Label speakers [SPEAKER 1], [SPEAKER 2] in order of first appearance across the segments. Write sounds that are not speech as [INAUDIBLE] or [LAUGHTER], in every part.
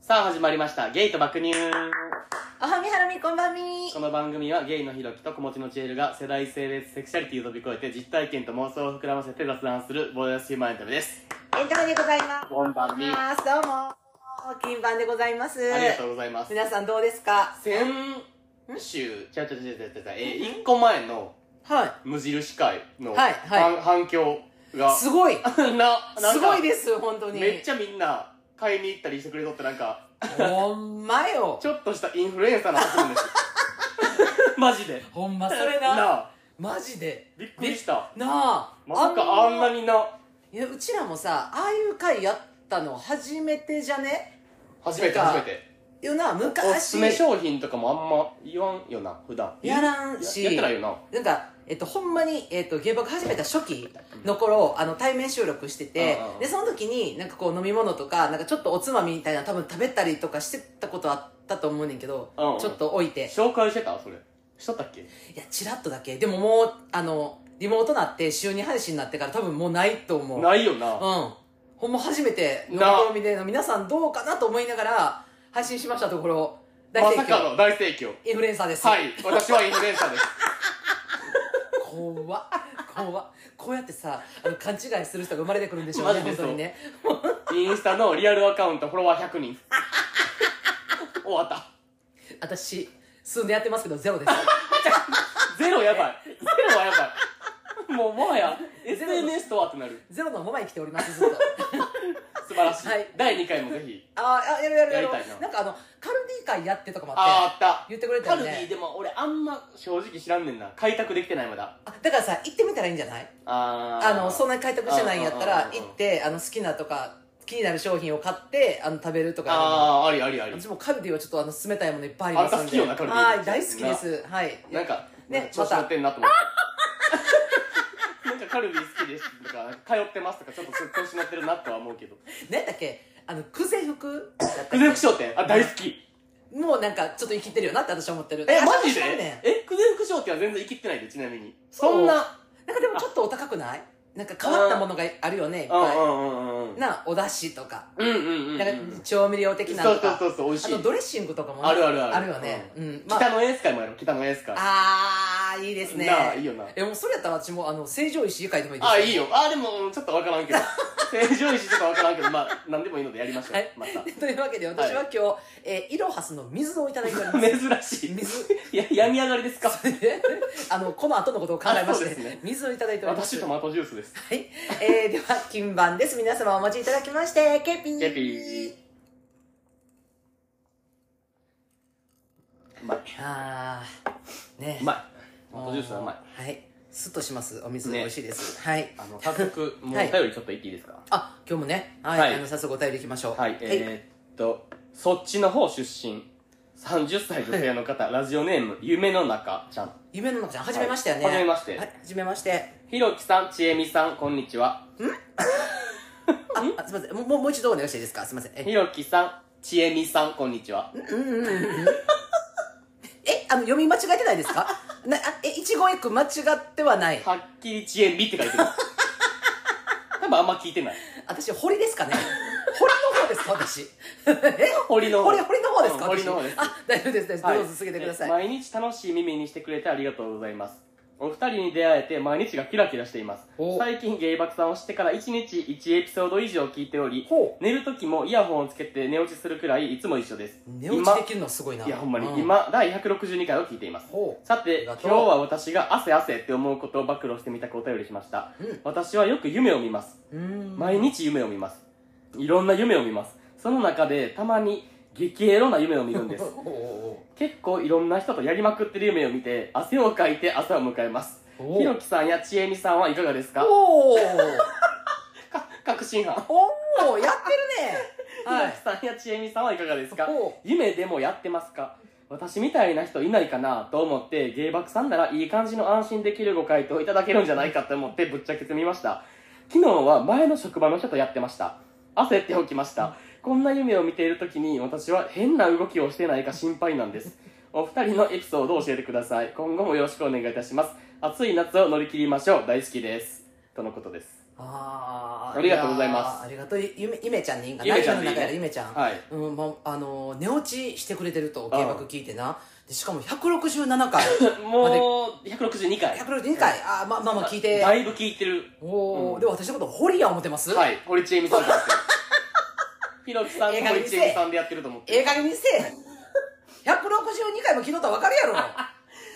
[SPEAKER 1] さあ始まりました「ゲイと爆乳」
[SPEAKER 2] おはみはらみこんばんみ
[SPEAKER 1] この番組はゲイのひろきと子持ちのちえるが世代性別セクシャリティを飛び越えて実体験と妄想を膨らませて雑談するボーダレスヒューマンエンタメです
[SPEAKER 2] エンタメでございます
[SPEAKER 1] こんばんみあ
[SPEAKER 2] どうも金番でございます
[SPEAKER 1] りがとうございます
[SPEAKER 2] 皆さんどうですか
[SPEAKER 1] 先週ちゃうちゃうちゃうちゃうちゃうちゃうえー、1個前の
[SPEAKER 2] は
[SPEAKER 1] 無印会の
[SPEAKER 2] はいはい
[SPEAKER 1] 反反響が
[SPEAKER 2] いすごい
[SPEAKER 1] [LAUGHS] ななんか
[SPEAKER 2] すごいです本当に
[SPEAKER 1] めっちゃみんな買いに行ったりしてくれとってなんか
[SPEAKER 3] ほんまよ
[SPEAKER 1] ちょっとしたインフルエンサーの話なんです
[SPEAKER 2] [LAUGHS]
[SPEAKER 1] よマジで
[SPEAKER 3] ほんまそ
[SPEAKER 1] [LAUGHS]
[SPEAKER 3] れ
[SPEAKER 1] な
[SPEAKER 3] な
[SPEAKER 1] あ
[SPEAKER 3] マジで
[SPEAKER 1] びっくりした
[SPEAKER 3] なあ
[SPEAKER 1] まさかあんなにない
[SPEAKER 3] やうちらもさああいう回やったの初めてじゃね
[SPEAKER 1] 初めて
[SPEAKER 3] なんか
[SPEAKER 1] 初めて
[SPEAKER 3] よな昔
[SPEAKER 1] おすすめ商品とかもあんま言わんよな普段
[SPEAKER 3] やらんし
[SPEAKER 1] ややってないよな
[SPEAKER 3] なんか、えっと、ほんまに、えっと、芸爆始めた初期の頃、あの、対面収録してて
[SPEAKER 1] うんうん、
[SPEAKER 3] で、その時に、なんかこう、飲み物とか、なんかちょっとおつまみみたいな、多分食べたりとかしてたことあったと思うねんけど
[SPEAKER 1] うんうん、
[SPEAKER 3] ちょっと置いて。
[SPEAKER 1] 紹介してたそれしとったっけ
[SPEAKER 3] いや、チラッとだけ。でももう、あの、リモートなって、週2配信になってから多分もうないと思う。
[SPEAKER 1] ないよな
[SPEAKER 3] うん。ほんま初めての
[SPEAKER 1] な
[SPEAKER 3] 試みで、皆さんどうかなと思いながら、配信しましたところ、
[SPEAKER 1] ま
[SPEAKER 3] 大盛
[SPEAKER 1] さか
[SPEAKER 3] 況。
[SPEAKER 1] の大盛況
[SPEAKER 3] インフルエンサーです。
[SPEAKER 1] はい私はインフルエンサーです
[SPEAKER 3] 怖っ。怖っ。こうやってさ、あの、勘違いする人が生まれてくるんでしょう
[SPEAKER 1] マ
[SPEAKER 3] ね、
[SPEAKER 1] ジで
[SPEAKER 3] 本
[SPEAKER 1] そう
[SPEAKER 3] 当にね。 [LAUGHS]
[SPEAKER 1] インスタのリアルアカウントフォロワー100人終わった
[SPEAKER 3] 私、数年やってますけど、ゼロです。 [LAUGHS]
[SPEAKER 1] ゼロやばいゼロはやばいもうもはや
[SPEAKER 3] ゼロの
[SPEAKER 1] SNS とはってなる
[SPEAKER 3] ゼロのまま生きております、ずっ
[SPEAKER 1] [LAUGHS]
[SPEAKER 3] と。
[SPEAKER 1] 素晴らしい、
[SPEAKER 3] はい
[SPEAKER 1] 第2回もぜひ
[SPEAKER 3] あーあ、やるやるやる
[SPEAKER 1] やりたいな
[SPEAKER 3] なんかあの、カルディ会やってとかもあって、
[SPEAKER 1] あああっ
[SPEAKER 3] 言ってくれ
[SPEAKER 1] た
[SPEAKER 3] た
[SPEAKER 1] カル
[SPEAKER 3] よ
[SPEAKER 1] ディ
[SPEAKER 3] ね。
[SPEAKER 1] でも俺あんま正直知らんねんな開拓できてないまだ
[SPEAKER 3] あだからさ、行ってみたらいいんじゃない
[SPEAKER 1] あー
[SPEAKER 3] あのそんなに開拓してないんやった
[SPEAKER 1] う
[SPEAKER 3] ら
[SPEAKER 1] んうんうん
[SPEAKER 3] 行
[SPEAKER 1] うん
[SPEAKER 3] ってあの好きなとか気になる商品を買ってあの食べるとか
[SPEAKER 1] ああありありあり
[SPEAKER 3] 私もカルディはちょっとあの勧めたいものいっぱいあります
[SPEAKER 1] あんた
[SPEAKER 3] んで
[SPEAKER 1] 好きよなカルディ
[SPEAKER 3] はい大好きですはい
[SPEAKER 1] なんか
[SPEAKER 3] ね
[SPEAKER 1] なんか調子乗ってんなと思ってなんかカルディ好きですとか通ってますとかちょっと調子乗ってるなとは思うけど
[SPEAKER 3] 何だっけあのクゼ服だったっけ
[SPEAKER 1] 久世福商店あ大好き
[SPEAKER 3] もうなんかちょっと生きてるよなって私は思ってる
[SPEAKER 1] えマジ
[SPEAKER 3] 私
[SPEAKER 1] で
[SPEAKER 3] はね
[SPEAKER 1] え久世福商店は全然生きてないでちなみに
[SPEAKER 3] そう
[SPEAKER 1] そんな
[SPEAKER 3] なんかでもちょっとお高くないなんか変わったものがあるよねいっ
[SPEAKER 1] うんう
[SPEAKER 3] ぱ
[SPEAKER 1] んうんうん
[SPEAKER 3] いなお出汁とか
[SPEAKER 1] うんうんうんうん
[SPEAKER 3] なんか調味料的な
[SPEAKER 1] そ
[SPEAKER 3] の
[SPEAKER 1] う
[SPEAKER 3] とか
[SPEAKER 1] そうそうそう美味
[SPEAKER 3] あ
[SPEAKER 1] しい
[SPEAKER 3] とドレッシングとかもね
[SPEAKER 1] あるあるある
[SPEAKER 3] あるよねうんま
[SPEAKER 1] 北
[SPEAKER 3] あ
[SPEAKER 1] のエース会もやろう北のエース会
[SPEAKER 3] あーいいですね
[SPEAKER 1] なあいいよな
[SPEAKER 3] えもうそれやったら私もあの成城石井会でもいいです
[SPEAKER 1] あいいよあでもうんちょっとわからんけ
[SPEAKER 3] [LAUGHS]
[SPEAKER 1] ど正常石ちょっとわからんけどまあ何でもいいのでやりましょう
[SPEAKER 3] はい
[SPEAKER 1] また
[SPEAKER 3] [LAUGHS] というわけで私は今日、えーイロハスの水をいただいてお
[SPEAKER 1] [LAUGHS]
[SPEAKER 3] りま
[SPEAKER 1] 珍
[SPEAKER 3] す
[SPEAKER 1] しい
[SPEAKER 3] 水
[SPEAKER 1] や病み上がりですか
[SPEAKER 3] [LAUGHS] あのこの後のことを考えまして
[SPEAKER 1] あそうですね
[SPEAKER 3] 水をいただいておりま
[SPEAKER 1] 私
[SPEAKER 3] す
[SPEAKER 1] トマトジュースです
[SPEAKER 3] はい、えー、では金番です皆様お待ちいただきましてケピー
[SPEAKER 1] ケピーうまい
[SPEAKER 3] あーね
[SPEAKER 1] うまいトマトジュースはうまい
[SPEAKER 3] はいスッとしますお水、
[SPEAKER 1] ね
[SPEAKER 3] 美味しいですはい
[SPEAKER 1] あの早速もうお
[SPEAKER 3] はい
[SPEAKER 1] 便りちょっと言っていいですか
[SPEAKER 3] あ今日もねはい、
[SPEAKER 1] はい
[SPEAKER 3] あの早速お便りいきましょう
[SPEAKER 1] はいえーっとそっちの方出身30歳女性の方ラジオネーム夢の中ちゃん
[SPEAKER 3] 夢の中ちゃん初めましたよね、
[SPEAKER 1] はい初めまして
[SPEAKER 3] はい初めまして
[SPEAKER 1] ひろきさんちえみさんこんにちは
[SPEAKER 3] ああすみませんもうもうもう一度お願いしていいですかすみませんえ
[SPEAKER 1] ひろきさんちえみさんこんにちは
[SPEAKER 3] えあの読み間違えてないですかなあえ一言一句間違ってはない
[SPEAKER 1] はっきりちえみって書いてる [LAUGHS] 多分あんま聞いてない
[SPEAKER 3] 私堀ですかね堀の方ですか私え
[SPEAKER 1] 堀の方
[SPEAKER 3] 堀堀の方ですか
[SPEAKER 1] うん
[SPEAKER 3] 私
[SPEAKER 1] 堀の方です
[SPEAKER 3] あ大丈夫です大丈夫
[SPEAKER 1] はい
[SPEAKER 3] ですどうぞ続けてください、
[SPEAKER 1] え毎日楽しい耳にしてくれてありがとうございますお二人に出会えて毎日がキラキラしています
[SPEAKER 3] お
[SPEAKER 1] 最近芸爆さんを知ってから1日1エピソード以上聞いており
[SPEAKER 3] ほ
[SPEAKER 1] 寝る時もイヤホンをつけて寝落ちするくらいいつも一緒です
[SPEAKER 3] 寝落ちできるのすごいな
[SPEAKER 1] 今いやほんまに、
[SPEAKER 3] う
[SPEAKER 1] 今第162回を聞いています
[SPEAKER 3] ほう
[SPEAKER 1] さて
[SPEAKER 3] りが
[SPEAKER 1] 今
[SPEAKER 3] と
[SPEAKER 1] 日
[SPEAKER 3] う
[SPEAKER 1] は私が汗汗って思うことを暴露してみたくお便りしました、
[SPEAKER 3] うん
[SPEAKER 1] 私はよく夢を見ます
[SPEAKER 3] うーん
[SPEAKER 1] 毎日夢を見ますいろんな夢を見ますその中でたまに激エロな夢を見るんです
[SPEAKER 3] おう [LAUGHS] お
[SPEAKER 1] 結構いろんな人とやりまくってる夢を見て汗をかいて朝を迎えます
[SPEAKER 3] うおう
[SPEAKER 1] ひろきさんやちえみさんはいかがですか
[SPEAKER 3] おうおう
[SPEAKER 1] か確信犯
[SPEAKER 3] おう
[SPEAKER 1] [LAUGHS]
[SPEAKER 3] やってるね
[SPEAKER 1] ひ
[SPEAKER 3] は
[SPEAKER 1] ろき
[SPEAKER 3] い
[SPEAKER 1] さんやちえみさんはいかがですか
[SPEAKER 3] おう
[SPEAKER 1] 夢でもやってますか私みたいな人いないかなと思って芸爆さんならいい感じの安心できるご回答いただけるんじゃないかと思ってぶっちゃけてみました昨日は前の職場の人とやってました焦っておきましたこんな夢を見ている時に私は変な動きをしてないか心配なんですお二人のエピソードを教えてください今後もよろしくお願いいたします暑い夏を乗り切りましょう大好きですとのことです
[SPEAKER 3] あー
[SPEAKER 1] ありがとうございます
[SPEAKER 3] やーありがとうゆめゆめちゃんでいいんかな
[SPEAKER 1] ゆめちゃんで
[SPEAKER 3] 今
[SPEAKER 1] いいね
[SPEAKER 3] の中やらゆめちゃん、
[SPEAKER 1] はい
[SPEAKER 3] うんまあのー寝落ちしてくれてると
[SPEAKER 1] ああ
[SPEAKER 3] 芸爆聞いてなでしかも167回
[SPEAKER 1] もう162回
[SPEAKER 3] 162回、ああまあまあまあ聞いて
[SPEAKER 1] だいぶ聞いてる
[SPEAKER 3] おお、
[SPEAKER 1] うん
[SPEAKER 3] で私のことホリや思ってます、
[SPEAKER 1] はい堀ちえみさんなんです
[SPEAKER 3] [LAUGHS]
[SPEAKER 1] よひろきさん
[SPEAKER 3] ええ
[SPEAKER 1] と
[SPEAKER 3] 加減
[SPEAKER 1] 堀
[SPEAKER 3] に
[SPEAKER 1] ち
[SPEAKER 3] せ
[SPEAKER 1] えみさんでやってると思って
[SPEAKER 3] ええ加減にせえ162回も聞いとったら分か
[SPEAKER 1] [LAUGHS]
[SPEAKER 3] るやろ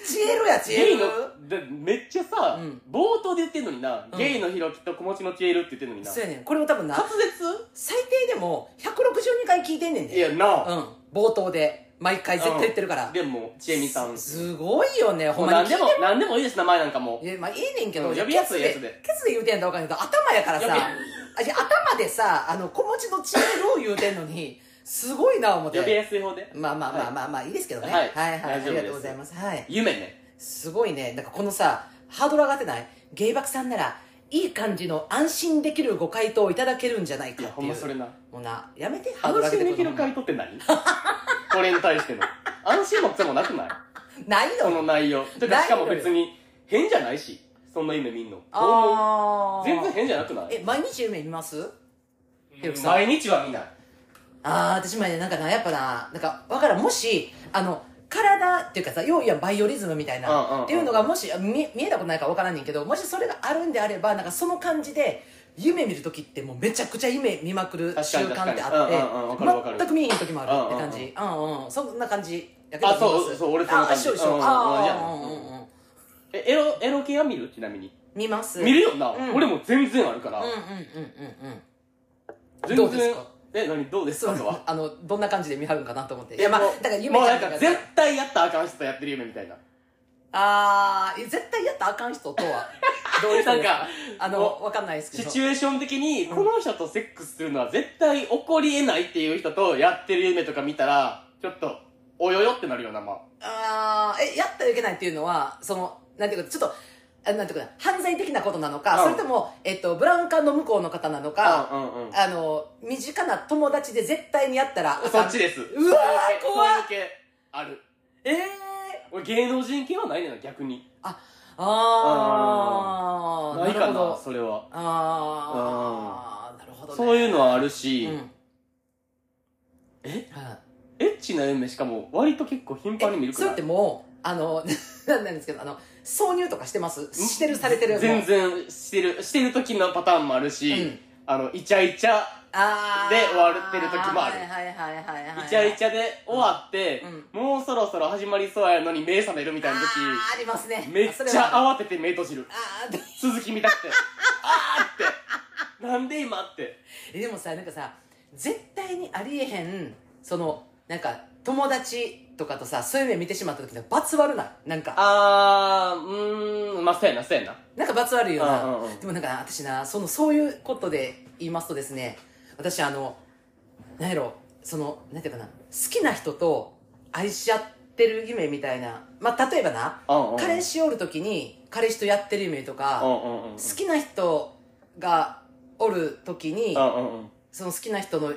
[SPEAKER 3] 知恵るや知
[SPEAKER 1] ゲ
[SPEAKER 3] 恵
[SPEAKER 1] イ
[SPEAKER 3] る
[SPEAKER 1] のでめっちゃさ、
[SPEAKER 3] うん
[SPEAKER 1] 冒頭で言ってんのにな、
[SPEAKER 3] うん
[SPEAKER 1] ゲイのひろきと子持ちのちえるって言ってんのにな
[SPEAKER 3] そうやねんこれも多分な
[SPEAKER 1] 滑舌
[SPEAKER 3] 最低でも162回聞いてんねん
[SPEAKER 1] い
[SPEAKER 3] で
[SPEAKER 1] やな
[SPEAKER 3] うん冒頭で毎回絶対言ってるから、
[SPEAKER 1] でもちえみさん
[SPEAKER 3] すすごいよねほ
[SPEAKER 1] も
[SPEAKER 3] ん
[SPEAKER 1] う
[SPEAKER 3] ま
[SPEAKER 1] 何
[SPEAKER 3] に
[SPEAKER 1] でも何でもいいです名前なんかも
[SPEAKER 3] いやまあいいねんけど、
[SPEAKER 1] うん
[SPEAKER 3] じゃあ
[SPEAKER 1] 呼びやすいやつで
[SPEAKER 3] ケツケツで言うてんだ分かんないけど頭やからさ
[SPEAKER 1] 呼び
[SPEAKER 3] あじゃあ頭でさあの小持ちのチームを言うてんのにすごいな思っ
[SPEAKER 1] 呼び
[SPEAKER 3] て
[SPEAKER 1] やすい方で
[SPEAKER 3] まあまあまあまあまあいいですけどね、
[SPEAKER 1] はい
[SPEAKER 3] はいはい
[SPEAKER 1] 大
[SPEAKER 3] あ
[SPEAKER 1] 丈夫で
[SPEAKER 3] り
[SPEAKER 1] す
[SPEAKER 3] がとうございますはい
[SPEAKER 1] 夢ね
[SPEAKER 3] すごいねなんかこのさハードル上がってない芸爆さんならいい感じの安心できるご回答をいただけるんじゃない
[SPEAKER 1] い
[SPEAKER 3] か
[SPEAKER 1] や
[SPEAKER 3] って
[SPEAKER 1] ほ
[SPEAKER 3] いうん
[SPEAKER 1] まそれな
[SPEAKER 3] もうなやめてハードル
[SPEAKER 1] 安
[SPEAKER 3] 上げ
[SPEAKER 1] 心
[SPEAKER 3] て
[SPEAKER 1] できる回答って何これに対
[SPEAKER 3] [LAUGHS]
[SPEAKER 1] しての安心もくせもなくない
[SPEAKER 3] ない
[SPEAKER 1] この
[SPEAKER 3] の
[SPEAKER 1] 内容てか
[SPEAKER 3] ない
[SPEAKER 1] しかも
[SPEAKER 3] のよ
[SPEAKER 1] 別に変じゃないしそんな夢見んのどう
[SPEAKER 3] あ
[SPEAKER 1] 思う
[SPEAKER 3] ー
[SPEAKER 1] 全然変じゃなくない
[SPEAKER 3] え毎日夢見ますひろきさん
[SPEAKER 1] 毎日は見ない
[SPEAKER 3] ああ私もねなんかなやっぱななんかわからんもしあの体っていうかさ要はバイオリズムみたいな、
[SPEAKER 1] うんうんうん
[SPEAKER 3] っていうのがもし見見えたことないからわからんねんけどもしそれがあるんであればなんかその感じで夢見る時ってもうめちゃくちゃ夢見まくる習慣ってあっ
[SPEAKER 1] 確か
[SPEAKER 3] て、
[SPEAKER 1] に確かにうんうんうんわかるわかる
[SPEAKER 3] 全く見えへん時もあるって感じうんうん、そんな感じやけど
[SPEAKER 1] あそう
[SPEAKER 3] 見ます
[SPEAKER 1] そう俺そんな感じ
[SPEAKER 3] あ一緒一緒、
[SPEAKER 1] うんうん
[SPEAKER 3] あ
[SPEAKER 1] じゃ
[SPEAKER 3] あ
[SPEAKER 1] あ
[SPEAKER 3] うんうんうん
[SPEAKER 1] えエロエロ系は見るちなみに
[SPEAKER 3] 見ます
[SPEAKER 1] 見るよな、
[SPEAKER 3] うん
[SPEAKER 1] 俺も全然あるか
[SPEAKER 3] う
[SPEAKER 1] ら、
[SPEAKER 3] んうんうんうんうん
[SPEAKER 1] 全然
[SPEAKER 3] どうですか
[SPEAKER 1] え何どうです
[SPEAKER 3] そ
[SPEAKER 1] か
[SPEAKER 3] う
[SPEAKER 1] とは
[SPEAKER 3] あのどんな感じで見張るんかなと思って
[SPEAKER 1] え
[SPEAKER 3] いやまあ
[SPEAKER 1] もう
[SPEAKER 3] だから夢
[SPEAKER 1] もう
[SPEAKER 3] ち
[SPEAKER 1] な
[SPEAKER 3] ゃ
[SPEAKER 1] ん
[SPEAKER 3] んと
[SPEAKER 1] か
[SPEAKER 3] か
[SPEAKER 1] 絶対やったらあかん人とやってる夢みたいな
[SPEAKER 3] あー絶対やったらあかん人と
[SPEAKER 1] [LAUGHS]
[SPEAKER 3] はどういう人
[SPEAKER 1] なん
[SPEAKER 3] です
[SPEAKER 1] か
[SPEAKER 3] あ
[SPEAKER 1] も
[SPEAKER 3] のわかんないですけ
[SPEAKER 1] シ
[SPEAKER 3] ど
[SPEAKER 1] チュエーション的にこの人とセックスするのは絶対起こりえないっていう人とやってる夢とか見たらちょっとおよよってなるよなまあ
[SPEAKER 3] あーえやったらいけないっていうのはそのなんていうかちょっとあなんていうかな犯罪的なことなのか、
[SPEAKER 1] うん
[SPEAKER 3] それとも、えっと、ブラウン管の向こうの方なのか、
[SPEAKER 1] うんうんうん
[SPEAKER 3] あの身近な友達で絶対にやったらあ
[SPEAKER 1] そ
[SPEAKER 3] かん
[SPEAKER 1] っちです
[SPEAKER 3] うわー
[SPEAKER 1] そう
[SPEAKER 3] 怖
[SPEAKER 1] い
[SPEAKER 3] いう
[SPEAKER 1] 系そういう系ある
[SPEAKER 3] えー、
[SPEAKER 1] 俺芸能人系はないねんな逆に
[SPEAKER 3] あー
[SPEAKER 1] ない
[SPEAKER 3] な
[SPEAKER 1] か
[SPEAKER 3] るほ
[SPEAKER 1] な
[SPEAKER 3] ど
[SPEAKER 1] それは
[SPEAKER 3] あーなるほど、ね、
[SPEAKER 1] そういうのはあるし、
[SPEAKER 3] うん
[SPEAKER 1] え
[SPEAKER 3] はい
[SPEAKER 1] エッチな夢しかも割と結構頻繁に見る
[SPEAKER 3] え
[SPEAKER 1] く
[SPEAKER 3] それ
[SPEAKER 1] ら
[SPEAKER 3] っ
[SPEAKER 1] い
[SPEAKER 3] てもうあの [LAUGHS] なんなんですけどあの挿入とかしてますしてるされてる
[SPEAKER 1] 全然してるしてる時のパターンもあるし、
[SPEAKER 3] うん
[SPEAKER 1] あのイチャイチャ
[SPEAKER 3] あー
[SPEAKER 1] で終わってる時もある
[SPEAKER 3] はいはいはいはいはい、はい、
[SPEAKER 1] イチャイ
[SPEAKER 3] ャ
[SPEAKER 1] チャで終わって、もうそろそろ始まりそうやのに目覚めるみたいな
[SPEAKER 3] あ
[SPEAKER 1] 時
[SPEAKER 3] ーありますね
[SPEAKER 1] めっち
[SPEAKER 3] それはあ
[SPEAKER 1] ゃ慌てて目閉じる
[SPEAKER 3] ーで
[SPEAKER 1] 続き見たく
[SPEAKER 3] [LAUGHS]
[SPEAKER 1] てあーってなんで今って
[SPEAKER 3] えでもさなんかさ絶対にありえへんそのなんか友達とかとさそういう目見てしまった時の罰悪ないなんか
[SPEAKER 1] あーうーんまあそうやなそうやな
[SPEAKER 3] なんか罰悪いよな、
[SPEAKER 1] うんうんうん
[SPEAKER 3] でもなんかな私なそのそういうことで言いますとですね私あのなんやろそのなんていうかな好きな人と愛し合ってる夢みたいなまあ例えばな、
[SPEAKER 1] うんうん
[SPEAKER 3] 彼氏おる時に彼氏とやってる夢とか、
[SPEAKER 1] うん
[SPEAKER 3] 好
[SPEAKER 1] うんうん
[SPEAKER 3] きな人がおる時に、
[SPEAKER 1] うんうんうん
[SPEAKER 3] その好きな人の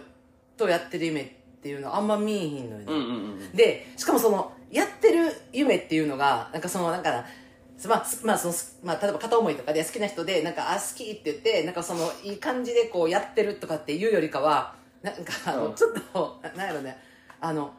[SPEAKER 3] とやってる夢っていうのあんま見えへんのよね、
[SPEAKER 1] うんうんうん
[SPEAKER 3] でしかもそのやってる夢っていうのがなんかそのなんかまあ、すまあそのすまあ、例えば片思いとかで好きな人でなんかあ好きって言ってなんかそのいい感じでこうやってるとかっていうよりかはなんかあの、
[SPEAKER 1] うん
[SPEAKER 3] ちょっとななんやろねあの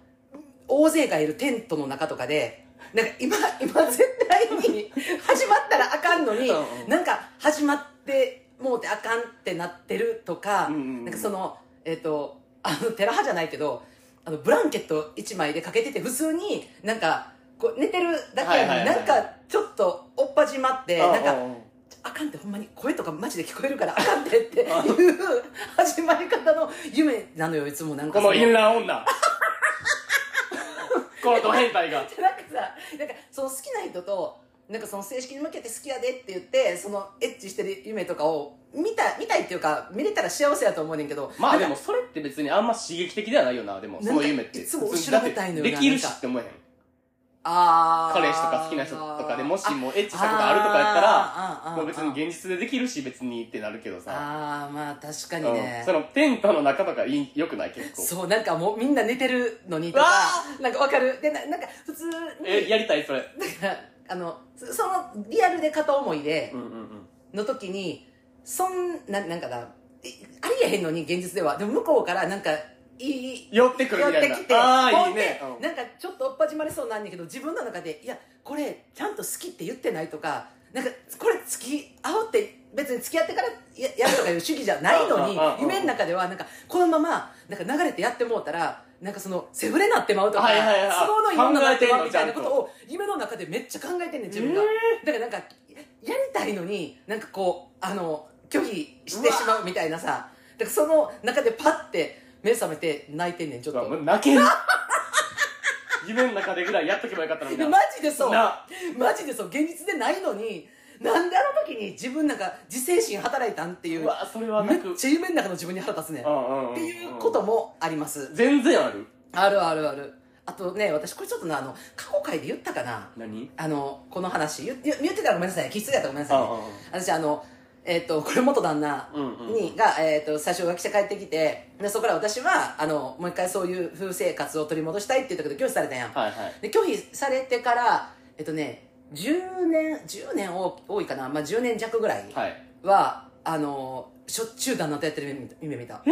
[SPEAKER 3] 大勢がいるテントの中とかでなんか今今絶対に始まったらあかんのに、
[SPEAKER 1] うんうん
[SPEAKER 3] なんか始まってもうてあかんってなってるとか、
[SPEAKER 1] うんうんうん
[SPEAKER 3] なんかそのえっ、とあのテラハじゃないけどあのブランケット1枚でかけてて普通になんかこう寝てるだけやの
[SPEAKER 1] はいはい
[SPEAKER 3] に
[SPEAKER 1] はい
[SPEAKER 3] なんかちょっとおっぱじまってなん
[SPEAKER 1] うん
[SPEAKER 3] か
[SPEAKER 1] うんうん
[SPEAKER 3] あかんってほんまに声とかマジで聞こえるからあかんってっていう始まり方の夢なのよいつもなんか
[SPEAKER 1] こ
[SPEAKER 3] そ
[SPEAKER 1] の
[SPEAKER 3] の
[SPEAKER 1] インラン [LAUGHS] 女このド変態が
[SPEAKER 3] なんかさなんかその好きな人となんかその正式に向けて好きやでって言ってそのエッチしてる夢とかを見た見たいっていうか見れたら幸せやと思うねんけど
[SPEAKER 1] ま
[SPEAKER 3] な
[SPEAKER 1] あ
[SPEAKER 3] んか
[SPEAKER 1] でもそれって別にあんま刺激的ではないよなでも
[SPEAKER 3] なんか
[SPEAKER 1] その夢って
[SPEAKER 3] いつも
[SPEAKER 1] 普通に
[SPEAKER 3] 後ろめたいのよな
[SPEAKER 1] だってできるし
[SPEAKER 3] なんか
[SPEAKER 1] って思えへん
[SPEAKER 3] あー
[SPEAKER 1] 彼氏とか好きな人とかでもしもうエッチ
[SPEAKER 3] あ
[SPEAKER 1] したことあるとかやったら
[SPEAKER 3] あーあーあー
[SPEAKER 1] もう別に現実でできるし別にってなるけどさ、
[SPEAKER 3] あーまあ確か
[SPEAKER 1] う
[SPEAKER 3] にね
[SPEAKER 1] ん、そのテントの中とかいいよくない結構
[SPEAKER 3] そうなんかもうみんな寝てるのにと
[SPEAKER 1] うわ
[SPEAKER 3] かなんかわかるでななんか普通に
[SPEAKER 1] えやりたいそれ
[SPEAKER 3] なんかあのそそのリアルで片思いで
[SPEAKER 1] うんうんうん
[SPEAKER 3] の時にそんななんかないありえへんのに現実ではでも向こうからなんかいい
[SPEAKER 1] 寄ってくる
[SPEAKER 3] 寄
[SPEAKER 1] み
[SPEAKER 3] ったて
[SPEAKER 1] いな
[SPEAKER 3] きて
[SPEAKER 1] ああ
[SPEAKER 3] ほ
[SPEAKER 1] い
[SPEAKER 3] ん
[SPEAKER 1] い
[SPEAKER 3] で
[SPEAKER 1] ね、うん
[SPEAKER 3] なんかちょっとおっ始まりそうなんだけど自分の中でいやこれちゃんと好きって言ってないとかなんかこれ付き合おうって別に付き合ってからややるとかいう主義じゃないのに
[SPEAKER 1] うんうんうん
[SPEAKER 3] 夢の中ではなんかこのままなんか流れてやってもうたらなんかそのセフレなってまうとか
[SPEAKER 1] はいはいはい
[SPEAKER 3] 都合のいい女になってまうみたいな
[SPEAKER 1] 考えて
[SPEAKER 3] こ
[SPEAKER 1] んのちゃんと
[SPEAKER 3] とを夢の中でめっちゃ考えてんねん自分が、だからなんかやりたいのになんかこうあの拒否してしまうみたいなさだからその中でパッて目覚めて泣いてんねんちょっ
[SPEAKER 1] うわも
[SPEAKER 3] と
[SPEAKER 1] う泣
[SPEAKER 3] [LAUGHS]
[SPEAKER 1] ける夢の中でぐらいやっとけばよかったのに
[SPEAKER 3] で
[SPEAKER 1] な
[SPEAKER 3] [LAUGHS] マジでそう
[SPEAKER 1] な
[SPEAKER 3] マジでそう現実でないのになんであの時に自分なんか自制心働いたんっていうう
[SPEAKER 1] わそれはな
[SPEAKER 3] めっ
[SPEAKER 1] く
[SPEAKER 3] ちゃ夢の中の自分に腹立つねんっ
[SPEAKER 1] って
[SPEAKER 3] いうこともあります
[SPEAKER 1] 全然ある
[SPEAKER 3] あるあるあるあとね私これちょっとなあの過去回で言ったかな
[SPEAKER 1] 何
[SPEAKER 3] あのこの話言言言ってたらごめんなさい気質やったらごめんなさいね
[SPEAKER 1] う
[SPEAKER 3] 私あのえっ、とこれ元旦那
[SPEAKER 1] んうんうん
[SPEAKER 3] にが、えー、と最初浮気者帰ってきてでそこから私はあのもう一回そういう風生活を取り戻したいって言ったけど拒否されたやん、
[SPEAKER 1] はいはい
[SPEAKER 3] で拒否されてからえっとね10年10年多多いかな、まあ、10年弱ぐらい
[SPEAKER 1] はい
[SPEAKER 3] は、あのしょっちゅう旦那とやってる夢見た夢見た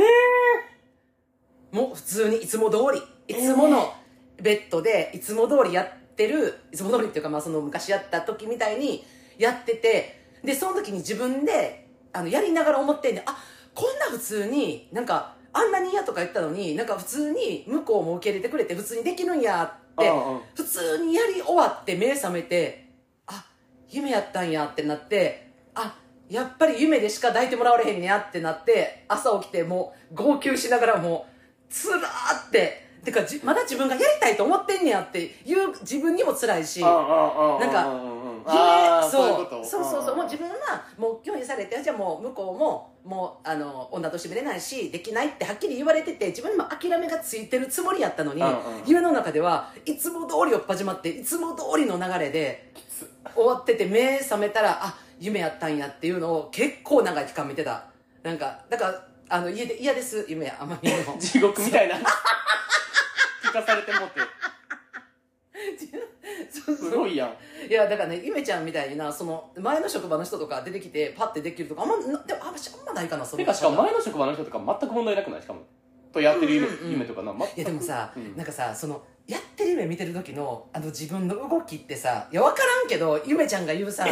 [SPEAKER 3] もう普通にいつも通りいつものベッドでいつも通りやってるいつも通りっていうか、まあ、その昔やった時みたいにやっててでその時に自分であのやりながら思ってんねんあこんな普通になんかあんなに嫌とか言ったのになんか普通に向こうも受け入れてくれて普通にできるんやって
[SPEAKER 1] うんうん
[SPEAKER 3] 普通にやり終わって目覚めてあ夢やったんやってなってあやっぱり夢でしか抱いてもらわれへんねやってなって朝起きてもう号泣しながらもうつらーっててかじまだ自分がやりたいと思ってんねやっていう自分にも辛いし
[SPEAKER 1] うんうんうん
[SPEAKER 3] なんか
[SPEAKER 1] うんうんあ
[SPEAKER 3] 夢
[SPEAKER 1] ー
[SPEAKER 3] そう
[SPEAKER 1] いこと
[SPEAKER 3] そうそうそうもう自
[SPEAKER 1] 分
[SPEAKER 3] 分はもう拒否されてじゃあもう向こうももうあの女として見れないしできないってはっきり言われてて自分にも諦めがついてるつもりやったのに、
[SPEAKER 1] うんうん
[SPEAKER 3] 夢の中ではいつも通りをっ始まっていつも通りの流れで終わってて目覚めたらあ夢やったんやっていうのを結構長い期間見てたなんかだからあの家で嫌です夢あんまり見
[SPEAKER 1] [LAUGHS]
[SPEAKER 3] るの
[SPEAKER 1] 地獄みたいな聞かされてもって
[SPEAKER 3] そうそう
[SPEAKER 1] すごいやん
[SPEAKER 3] いやだからねゆめちゃんみたいなその前の職場の人とか出てきてパッてできるとかあんまなでもあんましあんまないかなその
[SPEAKER 1] てかしかも前の職場の人とか全く問題なくないしかもとやってる夢夢とかな全く
[SPEAKER 3] いやでもさ、
[SPEAKER 1] うん
[SPEAKER 3] なんかさそのやってる夢見てる時のあの自分の動きってさいや分からんけどゆめちゃんが言うさ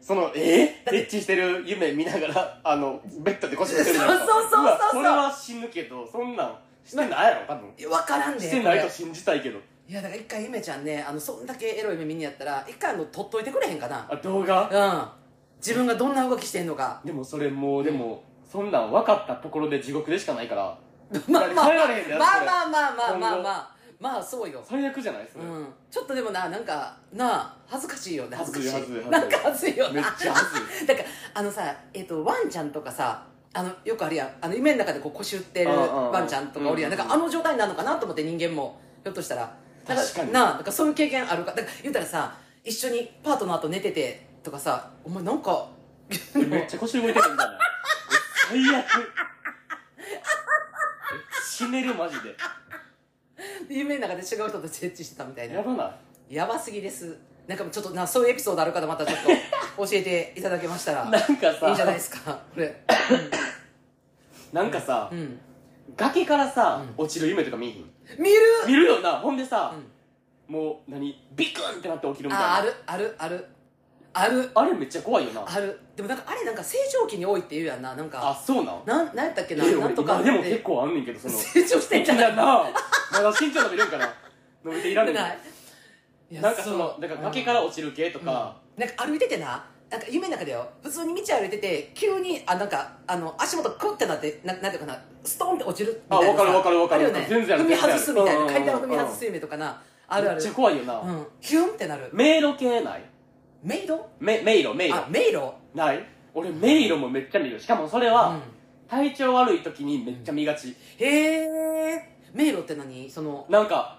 [SPEAKER 1] そのえーエッチしてる夢見ながらあのベッドで腰振ってるじゃないですか
[SPEAKER 3] そうそうそうそう
[SPEAKER 1] わそれは死ぬけどそんなんしてないやろ多分
[SPEAKER 3] いや分からんねん
[SPEAKER 1] してないと信じたいけど
[SPEAKER 3] いやだから一回ゆめちゃんねあのそんだけエロい夢見にやったら一回あの撮っといてくれへんかな
[SPEAKER 1] あ動画
[SPEAKER 3] うん自分がどんな動きしてんのか
[SPEAKER 1] でもそれもうでもそんなん分かったところで地獄でしかないから
[SPEAKER 3] [LAUGHS] まあまあ
[SPEAKER 1] 帰られへんでやつ
[SPEAKER 3] ま
[SPEAKER 1] こ
[SPEAKER 3] あ
[SPEAKER 1] れ
[SPEAKER 3] まあまあまあま
[SPEAKER 1] 今
[SPEAKER 3] あ
[SPEAKER 1] 後
[SPEAKER 3] まあまあそうよ
[SPEAKER 1] 最悪じゃないそれ、
[SPEAKER 3] うん、ちょっとでもななんかなあ恥ずかしいよね恥ずかしい
[SPEAKER 1] 恥ずい恥ずい恥ずい
[SPEAKER 3] なんか恥ずいよ
[SPEAKER 1] めっ
[SPEAKER 3] な
[SPEAKER 1] ちゃ恥ずい
[SPEAKER 3] だからあのさ、えっとワンちゃんとかさあのよくあるやんあの夢の中でこう腰打ってる
[SPEAKER 1] うんうんうん
[SPEAKER 3] ワンちゃんとかおるやん
[SPEAKER 1] うん
[SPEAKER 3] だ
[SPEAKER 1] うんうん
[SPEAKER 3] からあの状態になるのかなと思って人間もひょっとしたらだら
[SPEAKER 1] 確かに
[SPEAKER 3] なあなんかそういう経験あるかだから言うたらさ一緒にパートナーと寝ててとかさお前なんか [LAUGHS]
[SPEAKER 1] めっちゃ腰動いてるみたいなえ最悪え死ねるマジで
[SPEAKER 3] [LAUGHS] 夢の中で違う人とエッチしてたみたいな
[SPEAKER 1] やばない
[SPEAKER 3] やばすぎですなんかちょっとなそういうエピソードある方またちょっ
[SPEAKER 1] [LAUGHS]
[SPEAKER 3] と教えていただけましたら
[SPEAKER 1] なんかさ
[SPEAKER 3] いいじゃないですかこれ
[SPEAKER 1] なんかさ、
[SPEAKER 3] うん
[SPEAKER 1] 崖からさ、落ちる夢とか見えひん
[SPEAKER 3] 見る
[SPEAKER 1] 見るよなほんでさ
[SPEAKER 3] うん、
[SPEAKER 1] もう何ビクンってなって起きるみたいな
[SPEAKER 3] ああるあるあるある
[SPEAKER 1] あれめっちゃ怖いよなあ
[SPEAKER 3] あるでもなんかあれなんか成長期に多いって言うやんななんか
[SPEAKER 1] そうなん
[SPEAKER 3] なんなんやったっけな
[SPEAKER 1] え
[SPEAKER 3] なんとか
[SPEAKER 1] 俺今でも結構あんねんけどその
[SPEAKER 3] 成長してんじゃない
[SPEAKER 1] やなまだ身長伸びるんかな伸びていらんねん
[SPEAKER 3] ないいや
[SPEAKER 1] なんかその
[SPEAKER 3] う
[SPEAKER 1] なんか崖から落ちる系とか、
[SPEAKER 3] なんか歩いててななんか夢の中だよ普通に道歩いてて急にあなんかあの足元クッてなってななんていうかなストンって落ちるみたいなさ
[SPEAKER 1] あわかるわかるわかる
[SPEAKER 3] あよね
[SPEAKER 1] 全然ある
[SPEAKER 3] 踏み外すみたい
[SPEAKER 1] うんうん
[SPEAKER 3] な
[SPEAKER 1] うん
[SPEAKER 3] 階段を踏み外す夢とかなあるあ
[SPEAKER 1] めっ
[SPEAKER 3] る
[SPEAKER 1] ちゃ怖いよな、
[SPEAKER 3] うんヒュンってなる
[SPEAKER 1] 迷路系ない
[SPEAKER 3] メイド
[SPEAKER 1] め迷路迷路
[SPEAKER 3] あ迷路
[SPEAKER 1] ない俺迷路もめっちゃ見るしかもそれ
[SPEAKER 3] う
[SPEAKER 1] は
[SPEAKER 3] ん
[SPEAKER 1] 体調悪い時にめっちゃ見がち、
[SPEAKER 3] へえ迷路って何その
[SPEAKER 1] なんか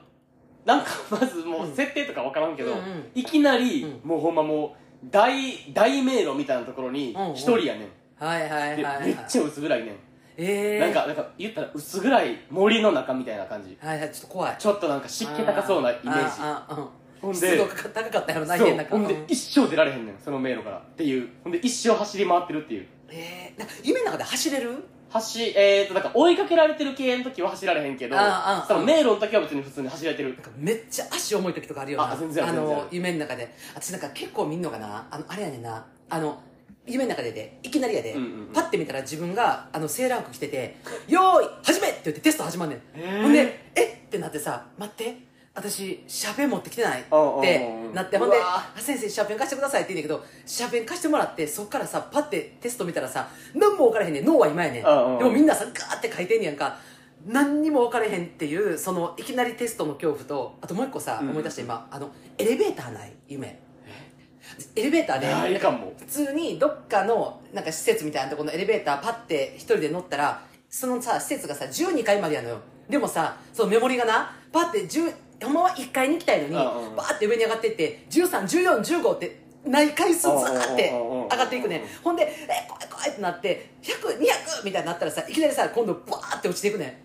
[SPEAKER 1] なんかまずも
[SPEAKER 3] う
[SPEAKER 1] うん設定とか分からんけど、
[SPEAKER 3] うんうん
[SPEAKER 1] いきなり、
[SPEAKER 3] うん
[SPEAKER 1] もうほんまもう大大迷路みたいなところに
[SPEAKER 3] うんうん
[SPEAKER 1] 一人やねん、
[SPEAKER 3] はいはいはい
[SPEAKER 1] で、
[SPEAKER 3] はい
[SPEAKER 1] めっちゃ薄暗いねん、
[SPEAKER 3] えー、
[SPEAKER 1] なんかなんか言ったら薄暗い森の中みたいな感じ
[SPEAKER 3] はいはいちょっと怖い
[SPEAKER 1] ちょっとなんか湿気高そうなイメージ
[SPEAKER 3] あああ
[SPEAKER 1] ほんで
[SPEAKER 3] 湿度が高かったやろな
[SPEAKER 1] そ
[SPEAKER 3] 家の
[SPEAKER 1] う
[SPEAKER 3] 中
[SPEAKER 1] ほんで
[SPEAKER 3] うん
[SPEAKER 1] 一生出られへんねんその迷路からっていうほんで一生走り回ってるっていう
[SPEAKER 3] えー、なんか夢の中で走れる
[SPEAKER 1] 走えーとだから追いかけられてる系の時は走られへんけど
[SPEAKER 3] ああああ
[SPEAKER 1] その迷路の時は別に普通に走られてる
[SPEAKER 3] なんかめっちゃ足重い時とかあるよな
[SPEAKER 1] あ全然ある全然あ
[SPEAKER 3] の
[SPEAKER 1] る
[SPEAKER 3] 夢の中で私なんか結構見んのかなあのあれやねんなあの夢の中ででいきなりやで、
[SPEAKER 1] うんうんうん
[SPEAKER 3] パッて見たら自分があのセーラー服着てて「よーい始め!」って言ってテスト始まんねん、
[SPEAKER 1] へー
[SPEAKER 3] ほんで「えっ?」てなってさ「待って私シャーペン持ってきてない」っ
[SPEAKER 1] おうおうおう
[SPEAKER 3] てなってほんで
[SPEAKER 1] うわ
[SPEAKER 3] 「あ先生シャーペン貸してください」って言うねんだけどシャーペン貸してもらってそっからさパッてテスト見たらさ何も分からへんねん脳は今やねんで
[SPEAKER 1] うんうん
[SPEAKER 3] もみんなさガーって書いてんねやんか何にも分かれへんっていうそのいきなりテストの恐怖とあともう一個さ
[SPEAKER 1] うん
[SPEAKER 3] 思い出した今あのエレベーターない夢エレベーターで
[SPEAKER 1] ないかも
[SPEAKER 3] 普通にどっかのなんか施設みたいなところのエレベーターパッて一人で乗ったらそのさ施設がさ12階までやのよでもさそのメモリがなパッて10ほんまは1階に行きたいのに
[SPEAKER 1] あうん
[SPEAKER 3] バーって上に上がってって131415ってない回数ずーって
[SPEAKER 1] うんうんうんうん
[SPEAKER 3] 上がっていくねほんで「え怖い怖い」ってなって100200みたいになったらさいきなりさ今度バーって落ちていくね